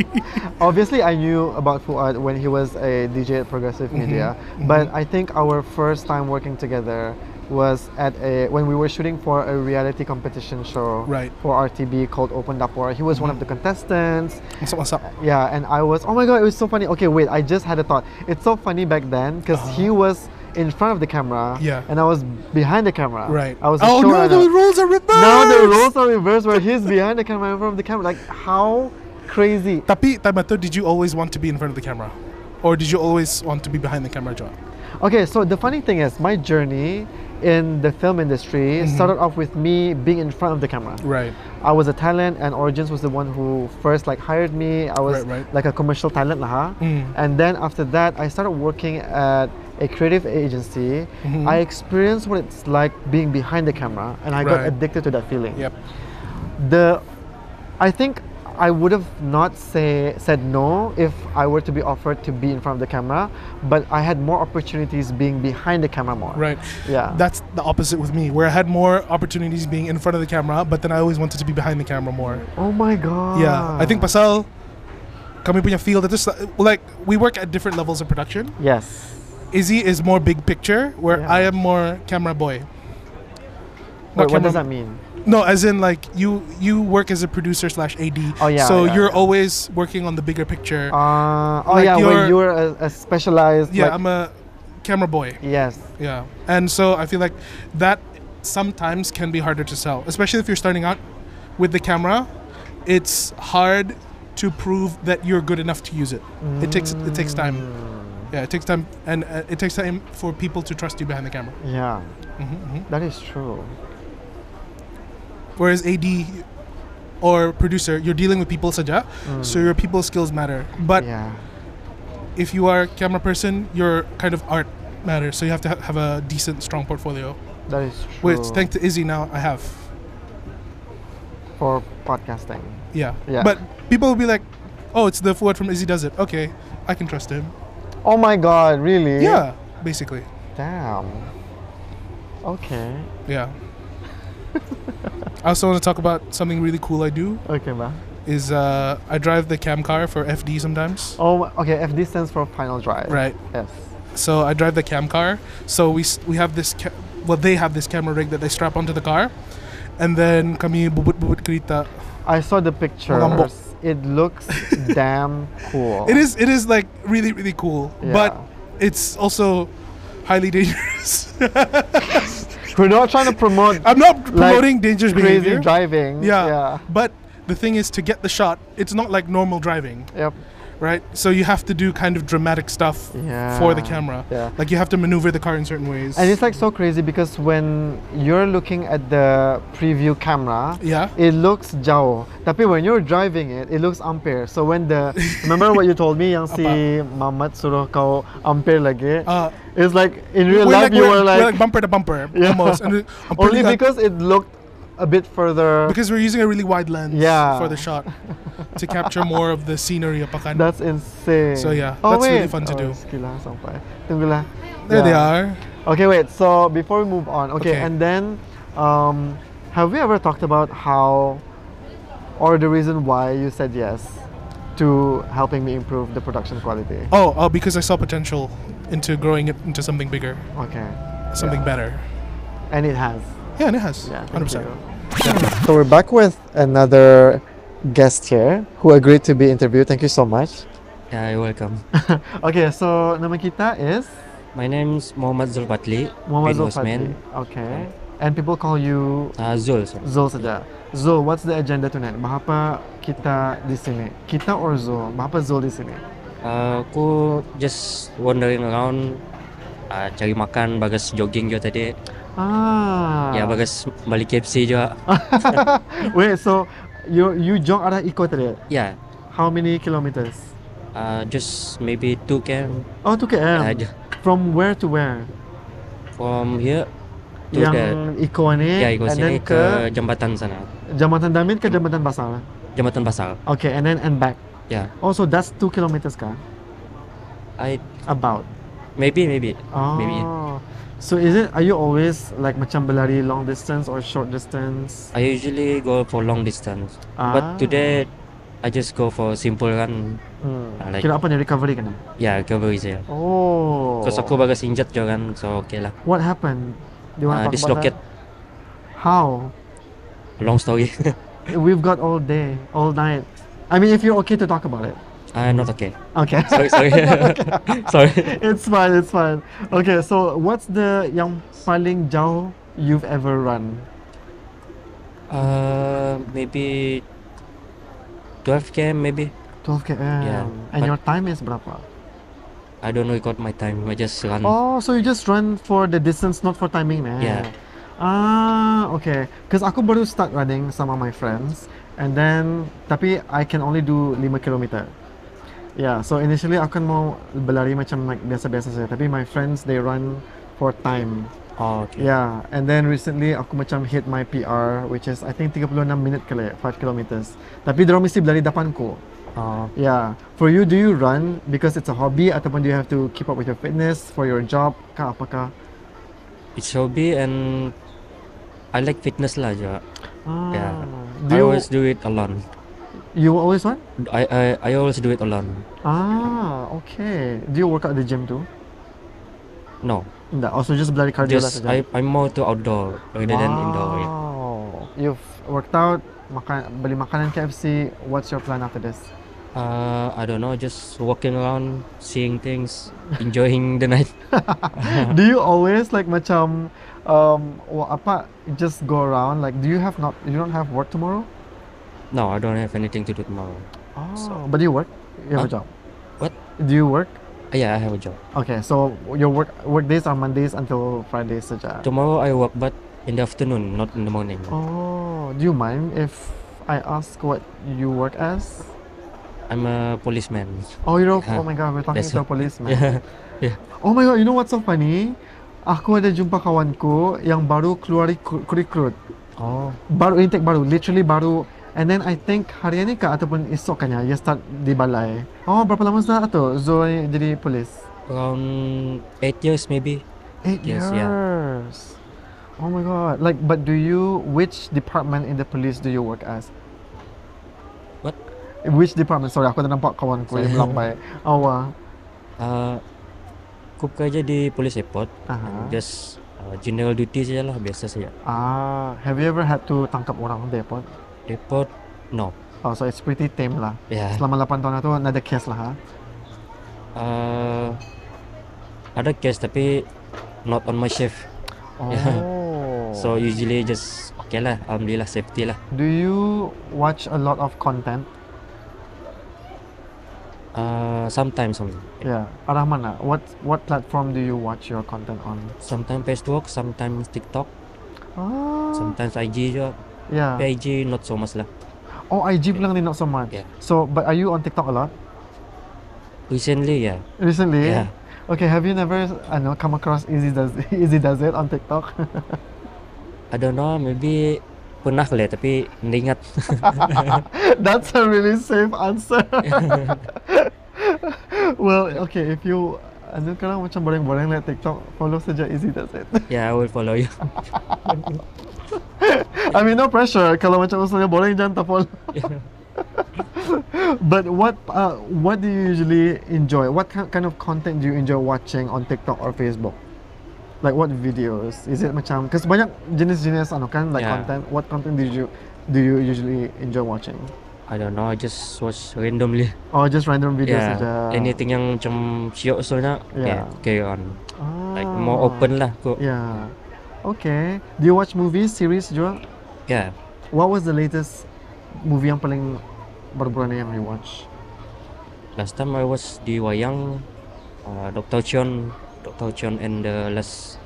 S1: Obviously, I knew about Fuad when he was a DJ at Progressive
S7: Mm-hmm.
S1: Media, but I think our first time working together was at a when we were shooting for a reality competition show
S7: Right. Mm-hmm.
S1: for RTB called Open Dapur. He was one of the contestants.
S7: Masak masak.
S1: Yeah, and I was, oh my god, it was so funny. Okay, wait, I just had a thought. It's so funny back then because he was in front of the camera,
S7: Uh-huh. Yeah.
S1: and I was behind the camera.
S7: Right.
S1: I was. a
S7: oh no,
S1: showrunner.
S7: the rules are reversed.
S1: Now the roles are reversed where he's behind the camera in front of the camera. Like how crazy.
S7: Tapi time itu, did you always want to be in front of the camera, or did you always want to be behind the camera, John?
S1: Okay, so the funny thing is my journey in the film industry started off with me being in front of the camera.
S7: Mm-hmm. Right.
S1: I was a talent, and Origins was the one who first like hired me. I was
S7: Right, right.
S1: like a commercial talent, lah. ha.
S7: Mm.
S1: And then after that, I started working at a creative agency.
S7: Mm-hmm.
S1: I experienced what it's like being behind the camera, and I got
S7: Right.
S1: addicted to that feeling.
S7: Yep.
S1: The, I think I would have not say said no if I were to be offered to be in front of the camera, but I had more opportunities being behind the camera more.
S7: Right.
S1: Yeah.
S7: That's the opposite with me, where I had more opportunities being in front of the camera, but then I always wanted to be behind the camera more.
S1: oh my god.
S7: Yeah. I think
S1: Ah.
S7: pasal kami punya field itu sa- like we work at different levels of production.
S1: Yes.
S7: Izzy is more big picture, where
S1: Yeah.
S7: I am more camera boy.
S1: Wait, what
S7: camera-
S1: does that mean?
S7: No, as in like you you work as a producer slash AD.
S1: Oh, yeah,
S7: So
S1: yeah,
S7: you're
S1: yeah.
S7: always working on the bigger picture.
S1: Uh, oh
S7: Like
S1: yeah, where
S7: your-
S1: you were a, a specialized.
S7: yeah,
S1: like-
S7: I'm a camera boy.
S1: yes.
S7: Yeah. And so I feel like that sometimes can be harder to sell, especially if you're starting out with the camera. It's hard to prove that you're good enough to use it. It takes it takes
S1: Mm.
S7: time. Yeah, it takes time and uh, it takes time for people to trust you behind the camera.
S1: Yeah,
S7: Mhm, mhm.
S1: that is true.
S7: Whereas AD or producer, you're dealing with people saja, so your people skills matter. But
S1: Mm. yeah.
S7: if you are a camera person, your kind of art matters. So you have to ha- have a decent, strong portfolio.
S1: That is true.
S7: Which, thanks to Izzy, now I have.
S1: for podcasting.
S7: Yeah.
S1: Yeah.
S7: But people will be like, "Oh, it's the forward from Izzy does it." Okay, I can trust him.
S1: Oh my god, really?
S7: Yeah. Basically.
S1: Damn. Okay.
S7: Yeah. I also want to talk about something really cool I do
S1: Okay, ma.
S7: is uh, I drive the cam car for FD sometimes.
S1: Oh, my- okay. FD stands for final drive.
S7: Right.
S1: Yes.
S7: So I drive the cam car. So we s- we have this ca- well they have this camera rig that they strap onto the car, and then kami bubut bubut kerita.
S1: I saw the pictures.
S7: Mengambok.
S1: It looks damn cool.
S7: It is it is like really really cool, but it's also highly dangerous.
S1: We're not trying to promote
S7: I'm not promoting dangerous
S1: crazy
S7: behavior.
S1: driving.
S7: yeah.
S1: Yeah.
S7: But the thing is to get the shot, it's not like normal driving,
S1: Yep.
S7: right? So you have to do kind of dramatic stuff
S1: Yeah.
S7: for the camera.
S1: Yeah.
S7: Like you have to maneuver the car in certain ways.
S1: And it's like so crazy because when you're looking at the preview camera,
S7: yeah.
S1: it looks jauh. Tapi when you're driving it, it looks ampere. So when the remember what you told me yang si Mamat suruh kau ampere lagi.
S7: Uh,
S1: it's like in real
S7: we're
S1: life
S7: like,
S1: you
S7: we're-
S1: were
S7: we're
S1: like,
S7: bumper to bumper
S1: Yeah.
S7: almost. And it- I'm
S1: only
S7: pulling up-
S1: because it looked a bit further.
S7: because we're using a really wide lens
S1: Yeah.
S7: for the shot to capture more of the scenery of Pakan.
S1: that's insane.
S7: So, yeah,
S1: oh,
S7: that's really
S1: wait.
S7: fun to
S1: oh,
S7: do.
S1: Gila sampai. Tunggulah.
S7: there they
S1: Yeah.
S7: are.
S1: Okay, wait. So before we move on, okay,
S7: Okay.
S1: and then um, have we ever talked about how or the reason why you said yes to helping me improve the production quality?
S7: Oh, uh, because I saw potential into growing it into something bigger,
S1: Okay,
S7: something better.
S1: and it has.
S7: Yeah, and it has.
S1: Yeah,
S7: hundred percent.
S1: So we're back with another guest here who agreed to be interviewed. Thank you so much.
S8: Yeah, you're welcome.
S1: Okay, so nama kita is
S8: My name's Mohammed Zulfatli.
S1: Muhammad
S8: bin
S1: Zul Fadli.
S8: Osman.
S1: Okay, and people call you
S8: Uh, Zul, sorry.
S1: Zul saja. Zul, what's the agenda tonight? Bahapa kita di sini? Kita or Zul? Bahapa Zul di sini?
S8: Uh, aku just wandering around uh, cari makan bagas jogging juga tadi.
S1: Ah.
S8: Ya, bagas balik KFC juga.
S1: Wait, so you you jog arah Iko tadi?
S8: Ya,
S1: How many kilometers?
S8: uh, just maybe 2 km
S1: Oh, 2 km.
S8: uh, ju-
S1: From where to where?
S8: from here to
S1: Yang
S8: the
S1: Iko ni,
S8: Ya, ikut
S1: and then
S8: sini
S1: ke
S8: ke jembatan sana.
S1: Jambatan Damin ke Jambatan Pasar?
S8: Jembatan Pasar.
S1: Okay, and then and back.
S8: Yeah.
S1: Also, that's two kilometers ka?
S8: I
S1: About.
S8: maybe maybe.
S1: Oh.
S8: Maybe.
S1: So is it? Are you always like macam berlari long distance or short distance?
S8: I usually go for long distance.
S1: Ah.
S8: But today I just go for simple run.
S1: Hmm.
S8: I like-
S1: Kira apa ni recovery kena?
S8: Ya, yeah, recovery saya.
S1: Oh.
S8: Terus aku bagas injat juga kan, so okay lah.
S1: What happened? Do you
S4: Ah,
S8: Uh,
S1: want to talk about
S8: dislocate,
S1: that? How?
S8: long story.
S1: We've got all day, all night. I mean, if you're okay to talk about it.
S8: uh, not okay.
S1: Okay.
S8: Sorry, sorry. sorry.
S1: it's fine. It's fine. Okay. So, what's the yang paling jauh you've ever run?
S8: Uh, maybe 12 km maybe.
S1: 12 km.
S8: Yeah,
S1: And
S8: but-
S1: your time is berapa?
S8: I don't record my time. I just run.
S1: Oh, so you just run for the distance, not for timing, man.
S8: Yeah.
S1: Ah, okay. Because aku baru start running sama my friends, and then tapi I can only do 5 kilometer. Yeah, so initially aku kan mau berlari macam like biasa-biasa saja, tapi my friends they run for time.
S8: Oh, okay.
S1: Yeah, and then recently aku macam hit my PR which is I think 36 minit kali, 5 kilometers. Tapi dorang mesti berlari depanku.
S8: Oh,
S1: Yeah. For you, do you run because it's a hobby ataupun do you have to keep up with your fitness for your job kah apakah?
S8: it's hobby and I like fitness lah juga.
S1: Ah.
S8: Yeah.
S1: Do
S8: I
S1: you,
S8: always do it alone.
S1: you always run?
S8: I, I I always do it alone.
S1: Ah, okay. Do you work out at the gym too?
S8: No,
S1: Enggak. Also just bloody cardio lah
S8: just
S1: saja.
S8: I I'm more to outdoor rather than indoor. yeah.
S1: Wow. You've worked out, makan beli makanan KFC. What's your plan after this?
S8: Uh, I don't know, just walking around, seeing things, enjoying the night.
S1: do you always like macam um wa- apa just go around like do you have not you don't have work tomorrow?
S8: No, I don't have anything to do tomorrow.
S1: Oh,
S8: So-
S1: but do you work? You have a
S8: Huh?
S1: job.
S8: What?
S1: Do you work?
S8: Uh, yeah, I have a job.
S1: Okay, so your work work days are Mondays until Fridays saja.
S8: Tomorrow I work, but in the afternoon, not in the morning.
S1: Oh, do you mind if I ask what you work as?
S8: I'm a policeman.
S1: Oh, you know,
S8: Yeah.
S1: oh my god, we're talking
S8: Ah, That's
S1: to a
S8: what-
S1: policeman.
S8: Yeah.
S1: Oh my god, you know what's so funny? Aku ada jumpa kawanku yang baru keluar rekru- rekrut.
S8: Oh.
S1: Baru intake baru, literally baru. And then I think hari ini kah ataupun esok kan ya, dia start di balai. Oh, berapa lama sudah tu Zul jadi polis?
S8: Around eight years maybe.
S1: Eight
S8: Yes, yeah.
S1: years. Oh my god. Like, but do you, which department in the police do you work as?
S8: What?
S1: Which department? Sorry, aku tak nampak kawanku yang
S8: Sorry.
S1: melambai. Awak.
S8: Uh, aku kerja di police airport.
S1: Aha.
S8: Just uh, general duty saja lah, biasa saja.
S1: Ah, have you ever had to tangkap orang di airport?
S8: Airport, no.
S1: Oh, so it's pretty tame lah.
S8: Yeah.
S1: Selama 8 tahun itu, nada case lah ha?
S8: Uh, ada case tapi not on my shift.
S1: Oh.
S8: Yeah. So usually just okay lah, alhamdulillah safety lah.
S1: do you watch a lot of content?
S8: Uh, sometimes only.
S1: Yeah. Arah mana? What what platform do you watch your content on?
S8: Sometimes Facebook, sometimes TikTok,
S1: Ah.
S8: sometimes IG juga.
S1: Yeah.
S8: Tapi IG not so much lah.
S1: Oh, IG bilang ni not so much.
S8: Yeah.
S1: So, but are you on TikTok a lot?
S8: Recently ya.
S1: Recently?
S8: Yeah.
S1: Okay, have you never I know come across Easy Does Easy Does It on TikTok?
S8: I don't know, maybe pernah kali ya, tapi nggak ingat.
S1: That's a really safe answer. well, okay, if you ano ka lang macam bareng-bareng like TikTok, follow saja Easy Does It.
S8: yeah, I will follow you.
S1: I mean, no pressure. Kalau macam gusto niya boring dyan, tapol. But what uh, what do you usually enjoy? What ki- kind of content do you enjoy watching on TikTok or Facebook? Like what videos? Is it macam because banyak jenis-jenis ano kan like
S8: Yeah.
S1: content. What content did you do you usually enjoy watching?
S8: I don't know, I just watch randomly.
S1: Or just random videos
S8: yeah.
S1: saja?
S8: Anything yang macam syok soalnya,
S1: Yeah.
S8: yeah. carry on. Like more
S1: Ah.
S8: open lah kok.
S1: Yeah. Okay. Do you watch movies, series juga?
S8: Yeah.
S1: What was the latest movie yang paling baru-baru ni yang you watch?
S8: Last time I was di wayang, uh, Dr. Chon, Dr. Chon and the last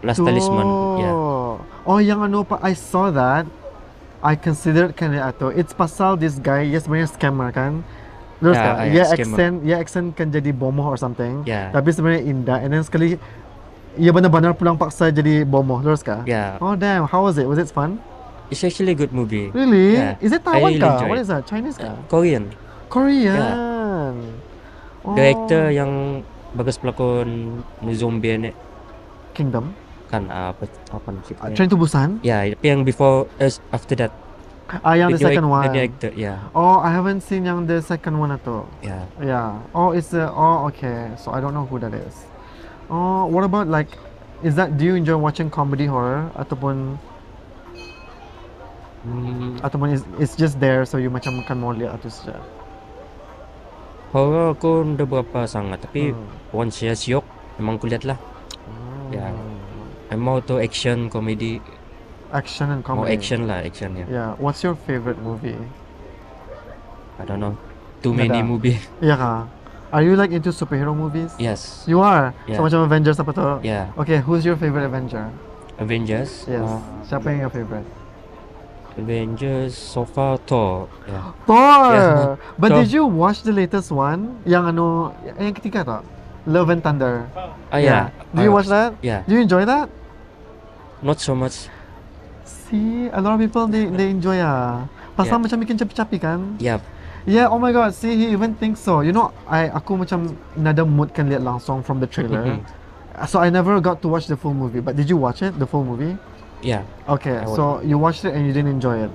S8: Last Talisman, yeah.
S1: Oh, yang ano pa, I saw that. I considered kanila ato. It's pasal this guy, yes, sebenarnya scammer kan? Terus
S8: Yeah,
S1: kan?
S8: yeah,
S1: Ya,
S8: scammer. Ya.
S1: accent, ya accent kan jadi bomoh or something.
S8: Yeah.
S1: Tapi sebenarnya indah. And then sekali, ia benar-benar pulang paksa jadi bomoh. Terus kan?
S8: yeah.
S1: Oh damn, how was it? Was it fun?
S8: It's actually a good movie.
S1: Really?
S8: Yeah.
S1: Is it
S8: Ya. I
S1: Taiwan
S8: really
S1: ka?
S8: enjoyed
S1: What
S8: it. Ya.
S1: is that? Chinese ka?
S8: Korean.
S1: Korean. Oh.
S8: Director yang bagus pelakon zombie ni
S1: Kingdom.
S8: kan uh, apa apa ni
S1: Uh,
S8: ceritanya?
S1: Train to Busan.
S8: Ya, yeah, tapi yang before eh, after that
S1: Ah, yang the,
S8: direct-
S1: second one.
S8: The director, yeah.
S1: Oh, I haven't seen yang the second one ato.
S8: Yeah.
S1: Yeah. Oh, it's a, oh okay. So I don't know who that is. Oh, what about like, is that do you enjoy watching comedy horror ataupun
S8: Hmm,
S1: ataupun is it's just there so you macam kan mau lihat atau saja.
S8: horror aku ada berapa sangat tapi
S1: Hmm.
S8: once saya syok memang aku lihat lah. Yeah. I'm more to action comedy,
S1: Action and
S8: more
S1: comedy.
S8: action lah action ya.
S1: Yeah. What's your favorite movie?
S8: I don't know. Too many
S1: Ada.
S8: movie.
S1: Iya kah? Are you like into superhero movies?
S8: Yes.
S1: You are.
S8: Yeah.
S1: So macam Avengers apa tuh?
S8: Yeah.
S1: Okay, who's your favorite Avenger?
S8: Avengers.
S1: Yes.
S8: uh,
S1: Oh, Siapa yang your favorite?
S8: Avengers so far Thor. Ya. Yeah.
S1: Thor.
S8: Yes,
S1: But
S8: Thor.
S1: did you watch the latest one? Yang ano yang ketiga tak? Love and Thunder.
S8: Ah yeah.
S1: Ya. Do you
S8: I
S1: watch that?
S8: Yeah.
S1: Do you enjoy that?
S8: Not so much.
S1: See, a lot of people they they enjoy ah. Pasal
S8: Yeah.
S1: macam bikin capi-capi kan?
S8: Yeah.
S1: Yeah, oh my god, see he even thinks so. You know, I aku macam nada mood kan lihat langsung from the trailer.
S8: Mm-hmm.
S1: so I never got to watch the full movie. But did you watch it, the full movie?
S8: Yeah.
S1: Okay,
S8: I
S1: so you watched it and you didn't enjoy it.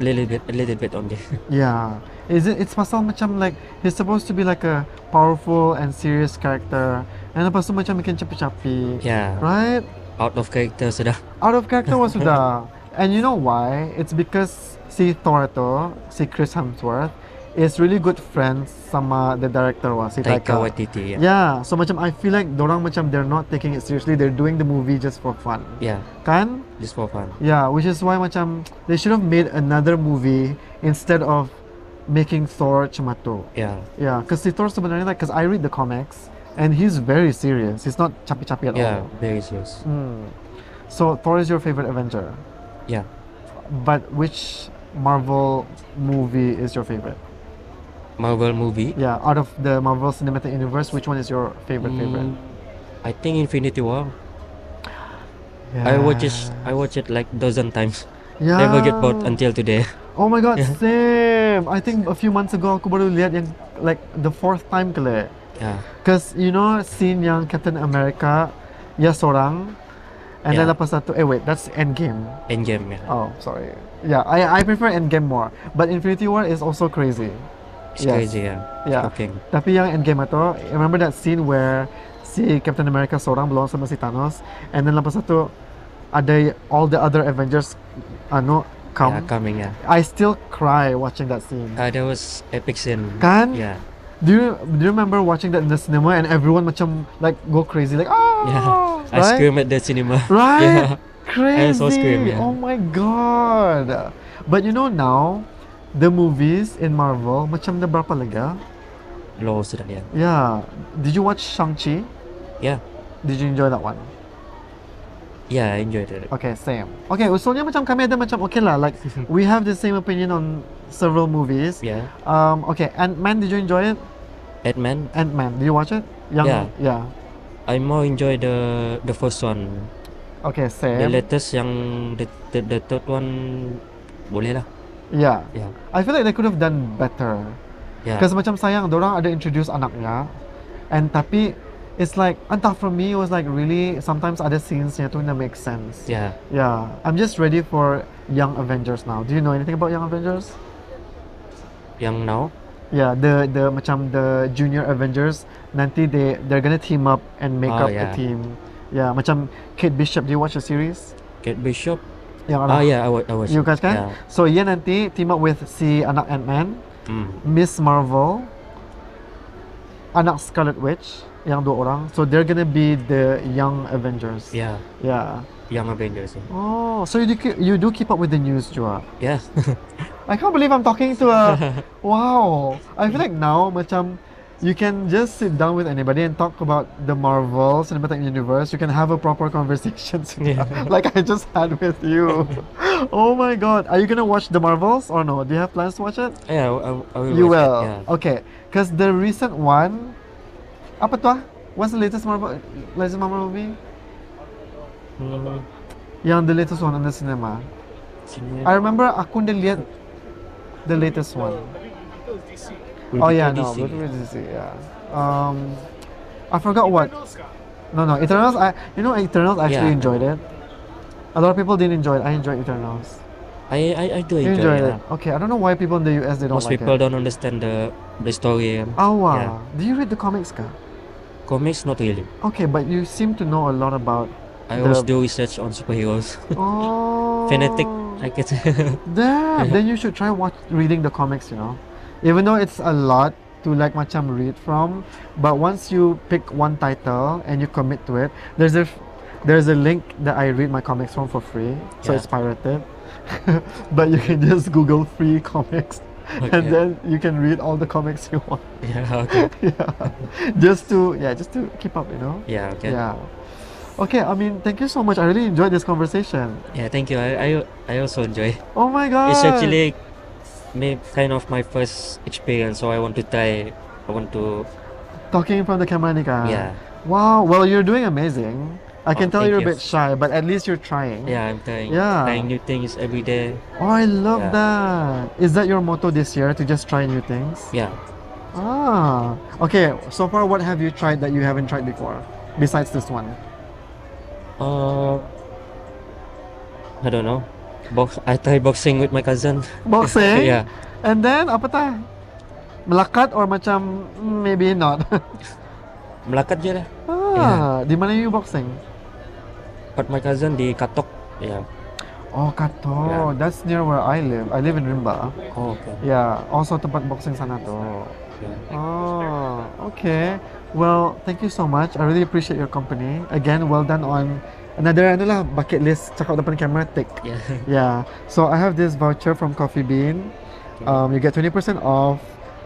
S8: Little bit. A little bit only.
S1: Yeah. Is it it's pasal macam like he's supposed to be like a powerful and serious character. And lepas tu macam bikin capi-capi.
S8: yeah.
S1: Right?
S8: Ya. Out of character sudah.
S1: Out of character was sudah. And you know why? It's because si Thor tu, si Chris Hemsworth is really good friends sama the director was si Taika.
S8: Taika
S1: Ya.
S8: Waititi. ya. Yeah.
S1: Yeah, so macam I feel like dorang macam they're not taking it seriously. They're doing the movie just for fun.
S8: Yeah.
S1: Kan?
S8: Just for fun.
S1: Yeah, which is why macam they should have made another movie instead of making Thor cuma tu.
S8: Yeah.
S1: Yeah, because si Thor sebenarnya like, because I read the comics and he's very serious. He's not capi-capi at
S8: Yeah.
S1: all.
S8: Very serious.
S1: Hmm. So Thor is your favorite Avenger,
S8: Yeah.
S1: but which Marvel movie is your favorite?
S8: Marvel movie.
S1: Yeah, out of the Marvel Cinematic Universe, which one is your favorite favorite?
S8: Mm, I think Infinity War.
S1: Ah.
S8: I watch it. I watch it like dozen times.
S1: Yeah.
S8: Never get bored until today.
S1: Oh my god, same. I think a few months ago aku baru lihat yang like the fourth time kali.
S8: Yeah.
S1: Cause you know scene yang Captain America ya seorang and then
S8: Yeah.
S1: lepas satu eh wait that's Endgame.
S8: Endgame. Yeah.
S1: Oh sorry. Yeah, I I prefer Endgame more. But Infinity War is also crazy.
S8: It's
S1: yes.
S8: crazy. Yeah.
S1: Yeah.
S8: Shocking.
S1: Tapi yang Endgame itu remember that scene where si Captain America seorang melawan sama si Thanos and then lepas satu ada all the other Avengers ano come.
S8: Yeah, coming. Yeah.
S1: I still cry watching that scene.
S8: Uh, that was epic scene.
S1: Kan?
S8: Yeah.
S1: Do you do you remember watching that in the cinema and everyone macam like go crazy like oh
S8: Yeah. I
S1: right?
S8: screamed at the cinema.
S1: Right?
S8: Yeah.
S1: Crazy.
S8: I saw Scream, yeah.
S1: Oh my god. But you know now the movies in Marvel macam dah berapa lega?
S8: Low sudah yeah.
S1: Yeah. Did you watch Shang-Chi?
S8: Yeah.
S1: Did you enjoy that one?
S8: Yeah, I enjoyed it.
S1: Okay, same. Okay, usulnya macam kami ada macam okay lah like we have the same opinion on several movies.
S8: Yeah.
S1: Um okay, Ant-Man did you enjoy it?
S8: Ant-Man.
S1: Ant-Man, did you watch it?
S8: Yeah.
S1: yeah.
S8: I more enjoy the the first one.
S1: Okay,
S8: The
S1: same.
S8: latest yang the, the, the third one boleh lah.
S1: Yeah.
S8: Yeah.
S1: I feel like they could have done better.
S8: Yeah.
S1: Because macam sayang, orang ada introduce anaknya, and tapi it's like entah for me it was like really sometimes ada scenes nya tu that make sense.
S8: Yeah.
S1: Yeah, I'm just ready for Young Avengers now. Do you know anything about Young Avengers?
S8: Yang now.
S1: Yeah, the the macam the Junior Avengers nanti they they're gonna team up and make
S8: Oh,
S1: up
S8: yeah.
S1: a team. Yeah, macam Kate Bishop. Do you watch the series?
S8: Kate Bishop.
S1: Yang
S8: Ah
S1: anak-
S8: yeah, I watch. I Ya. watch.
S1: You guys kan?
S8: Yeah.
S1: So yeah nanti team up with si anak Ant-Man,
S8: Mm.
S1: Miss Marvel, anak Scarlet Witch, yang dua orang. So they're gonna be the young Avengers.
S8: Yeah.
S1: Yeah.
S8: Young ya. Avengers. yeah.
S1: Oh, so you do keep, you do keep up with the news, Jua.
S8: Yeah.
S1: I can't believe I'm talking to a wow. I feel like now macam you can just sit down with anybody and talk about the Marvel Cinematic Universe. You can have a proper conversation
S8: Yeah.
S1: like I just had with you. oh my god. Are you gonna watch the Marvels or no? Do you have plans to watch it?
S8: yeah. Ya, I, I- Ya. I will
S1: you
S8: watch
S1: will. Oh.
S8: It. Yeah.
S1: Okay. Cause the recent one apa tu ah? What's the latest Marvel latest Marvel movie?
S8: Mm.
S1: Yang the latest one in the cinema.
S8: Sini.
S1: I remember aku dah lihat the latest one. Oh yeah, no,
S8: DC.
S1: Blue Beetle is DC, yeah. Um, I forgot what. No, no, Eternals. I, you know, Eternals. I actually
S8: Yeah.
S1: enjoyed it. A lot of people didn't enjoy it. I enjoyed Eternals.
S8: I, I I do
S1: You
S8: enjoy,
S1: enjoyed
S8: yeah.
S1: it. Okay, I don't know why people in the US they don't
S8: Most
S1: like
S8: people
S1: it.
S8: don't understand the the story. um,
S1: Oh wow!
S8: Yeah.
S1: Do you read the comics, ka?
S8: Comics not really.
S1: Okay, but you seem to know a lot about.
S8: I
S1: The-
S8: always do research on superheroes.
S1: Oh.
S8: Fanatic, uh-huh. I guess.
S1: Damn. Then you should try watch reading the comics. You know, even though it's a lot to like macam read from, but once you pick one title and you commit to it, there's a there's a link that I read my comics from for free, so
S8: Yeah.
S1: it's pirated. but you can just Google free comics,
S8: Okay.
S1: and then you can read all the comics you want.
S8: Yeah. Okay.
S1: yeah, just to yeah, just to keep up, you know.
S8: Yeah. Okay.
S1: Yeah. Okay, I mean, thank you so much. I really enjoyed this conversation.
S8: Yeah, Thank you. I I, I also enjoy.
S1: Oh my god!
S8: It's actually may kind of my first experience, so I want to try. I want to.
S1: talking from the camera, Nika.
S8: Yeah.
S1: Wow. Well, you're doing amazing. I
S8: Oh,
S1: can tell
S8: thank
S1: you're a
S8: you.
S1: bit shy, but at least you're trying.
S8: Yeah, I'm trying.
S1: Yeah.
S8: Trying new things every day.
S1: Oh, I love
S8: Yeah.
S1: that. Is that your motto this year to just try new things?
S8: Yeah.
S1: Ah. Okay. So far, what have you tried that you haven't tried before, besides this one?
S8: Uh, I don't know. Box. I tried boxing with my cousin.
S1: Boxing.
S8: yeah.
S1: And then apa ta? Melakat or macam mm, maybe not.
S8: Melakat je lah.
S1: ah. Di mana you boxing?
S8: But my cousin di Katok. Yeah.
S1: Oh, Kato.
S8: Yeah.
S1: That's near where I live. I live in Rimba.
S8: Oh, okay.
S1: Yeah. Also tempat boxing sana tuh.
S8: Oh, yeah.
S1: Oh, okay. Well, thank you so much. I really appreciate your company. Again, well done on another ano lah, bucket list cakap depan kamera tick.
S8: Yeah.
S1: Yeah. So I have this voucher from Coffee Bean. Um, you get 20% off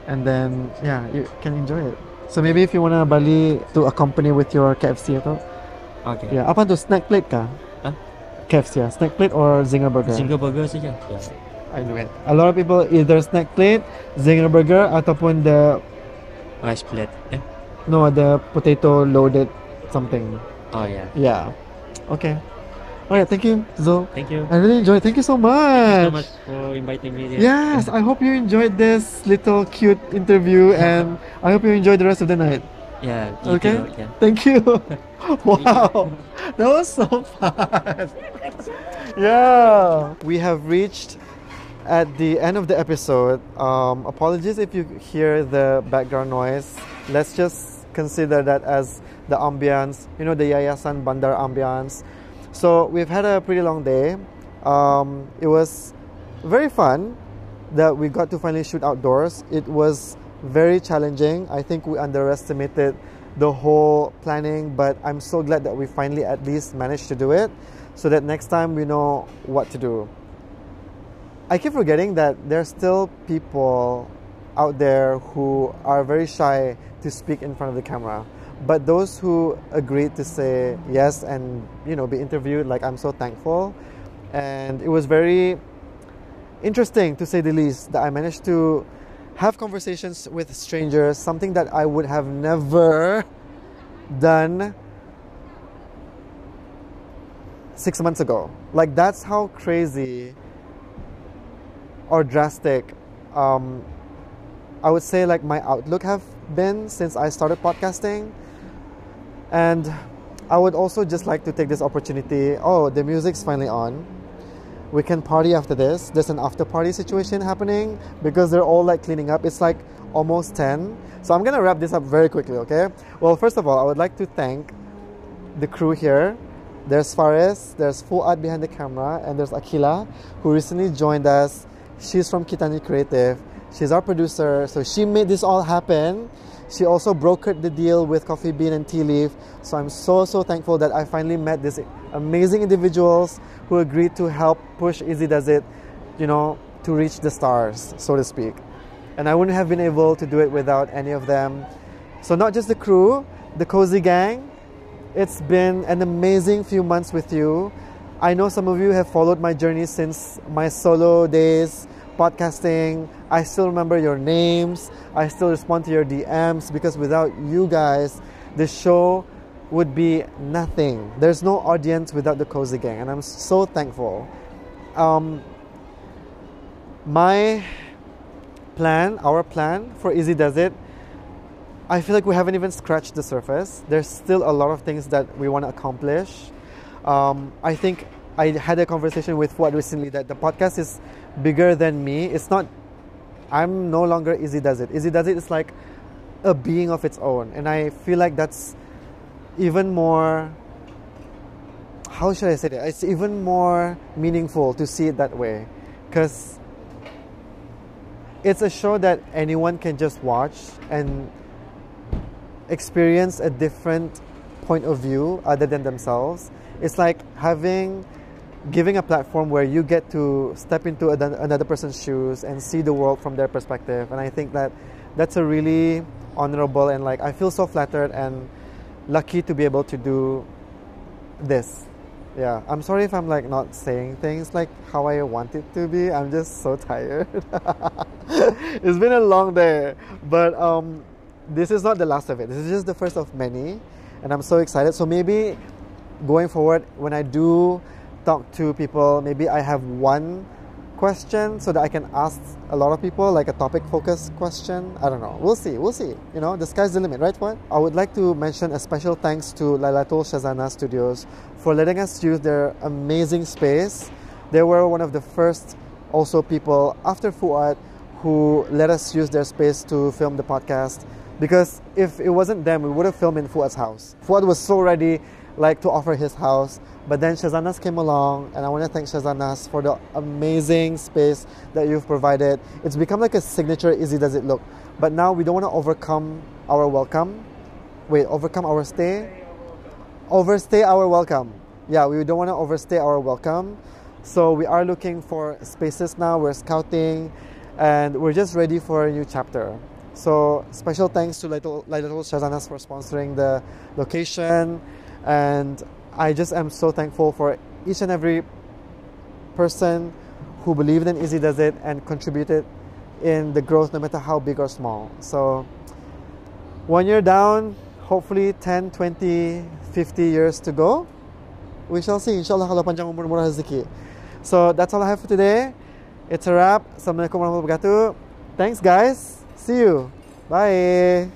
S1: and then yeah, you can enjoy it. So maybe if you wanna Bali to accompany with your KFC atau
S8: Okay.
S1: yeah, apa tu snack plate kah?
S8: Huh?
S1: KFC ya, ah. snack plate or zinger burger?
S8: Zinger burger saja. Yeah.
S1: I know it. A lot of people either snack plate, zinger burger ataupun the
S8: Rice plate. Eh?
S1: No, the potato loaded something.
S8: Oh yeah.
S1: Yeah. Okay. All right. Thank you, Zo.
S8: Thank you.
S1: I really enjoyed. Thank you so
S8: Thank you so
S1: much.
S8: much for inviting me. here.
S1: Yes. I hope you enjoyed this little cute interview, and I hope you enjoy the rest of the night.
S8: Yeah. you
S1: Okay.
S8: too, Yeah.
S1: Thank you. wow, that was so fast. yeah. We have reached at the end of the episode. Um, apologies if you hear the background noise. Let's just consider that as the ambiance, you know, the Yayasan Bandar ambiance. So we've had a pretty long day. Um, it was very fun that we got to finally shoot outdoors. It was very challenging. I think we underestimated the whole planning, but I'm so glad that we finally at least managed to do it so that next time we know what to do. I keep forgetting that there's still people out there who are very shy to speak in front of the camera. But those who agreed to say yes and you know be interviewed, like I'm so thankful. And it was very interesting to say the least that I managed to have conversations with strangers, something that I would have never done six months ago. Like, that's how crazy or drastic um, I would say, like, my outlook have been since I started podcasting. And I would also just like to take this opportunity. Oh, the music's finally on we can party after this. There's an after party situation happening because they're all like cleaning up. It's like almost 10. So I'm gonna wrap this up very quickly, okay? Well, first of all, I would like to thank the crew here. There's Fares, there's Fuad behind the camera, and there's Akila, who recently joined us. She's from Kitani Creative. She's our producer, so she made this all happen. She also brokered the deal with Coffee Bean and Tea Leaf. So I'm so, so thankful that I finally met these amazing individuals who agreed to help push Easy Does It, you know, to reach the stars, so to speak. And I wouldn't have been able to do it without any of them. So, not just the crew, the Cozy Gang, it's been an amazing few months with you. I know some of you have followed my journey since my solo days, podcasting. I still remember your names. I still respond to your DMs because without you guys, the show would be nothing. There's no audience without the Cozy Gang, and I'm so thankful. Um, my plan, our plan for Easy Does It I feel like we haven't even scratched the surface. There's still a lot of things that we want to accomplish. Um, I think I had a conversation with Fuad recently that the podcast is bigger than me. It's not, I'm no longer Izzy Does It. Izzy Does It is like a being of its own. And I feel like that's even more, how should I say that? It's even more meaningful to see it that way. Because it's a show that anyone can just watch and experience a different point of view other than themselves. It's like having giving a platform where you get to step into an- another person's shoes and see the world from their perspective. And I think that that's a really honorable and like I feel so flattered and lucky to be able to do this. Yeah, I'm sorry if I'm like not saying things like how I want it to be. I'm just so tired. it's been a long day, but um, this is not the last of it. This is just the first of many, and I'm so excited. So maybe going forward, when I do talk to people, maybe I have one question so that I can ask a lot of people, like a topic focused question. I don't know. We'll see. We'll see. You know, the sky's the limit, right? What? I would like to mention a special thanks to Lailatul Shazana Studios for letting us use their amazing space. They were one of the first also people after Fuad who let us use their space to film the podcast. Because if it wasn't them, we would have filmed in Fuad's house. Fuad was so ready like to offer his house. But then Shazanas came along, and I want to thank Shazanas for the amazing space that you've provided. It's become like a signature easy does it look. But now we don't want to overcome our welcome. Wait, overcome our stay? Overstay our welcome. Yeah, we don't want to overstay our welcome. So we are looking for spaces now, we're scouting, and we're just ready for a new chapter. So special thanks to Little, Little Shazanas for sponsoring the location and I just am so thankful for each and every person who believed in Easy Does It and contributed in the growth, no matter how big or small. So, one year down, hopefully 10, 20, 50 years to go. We shall see. Inshallah, kalau panjang umur murah rezeki. So, that's all I have for today. It's a wrap. Assalamualaikum warahmatullahi wabarakatuh. Thanks, guys. See you. Bye.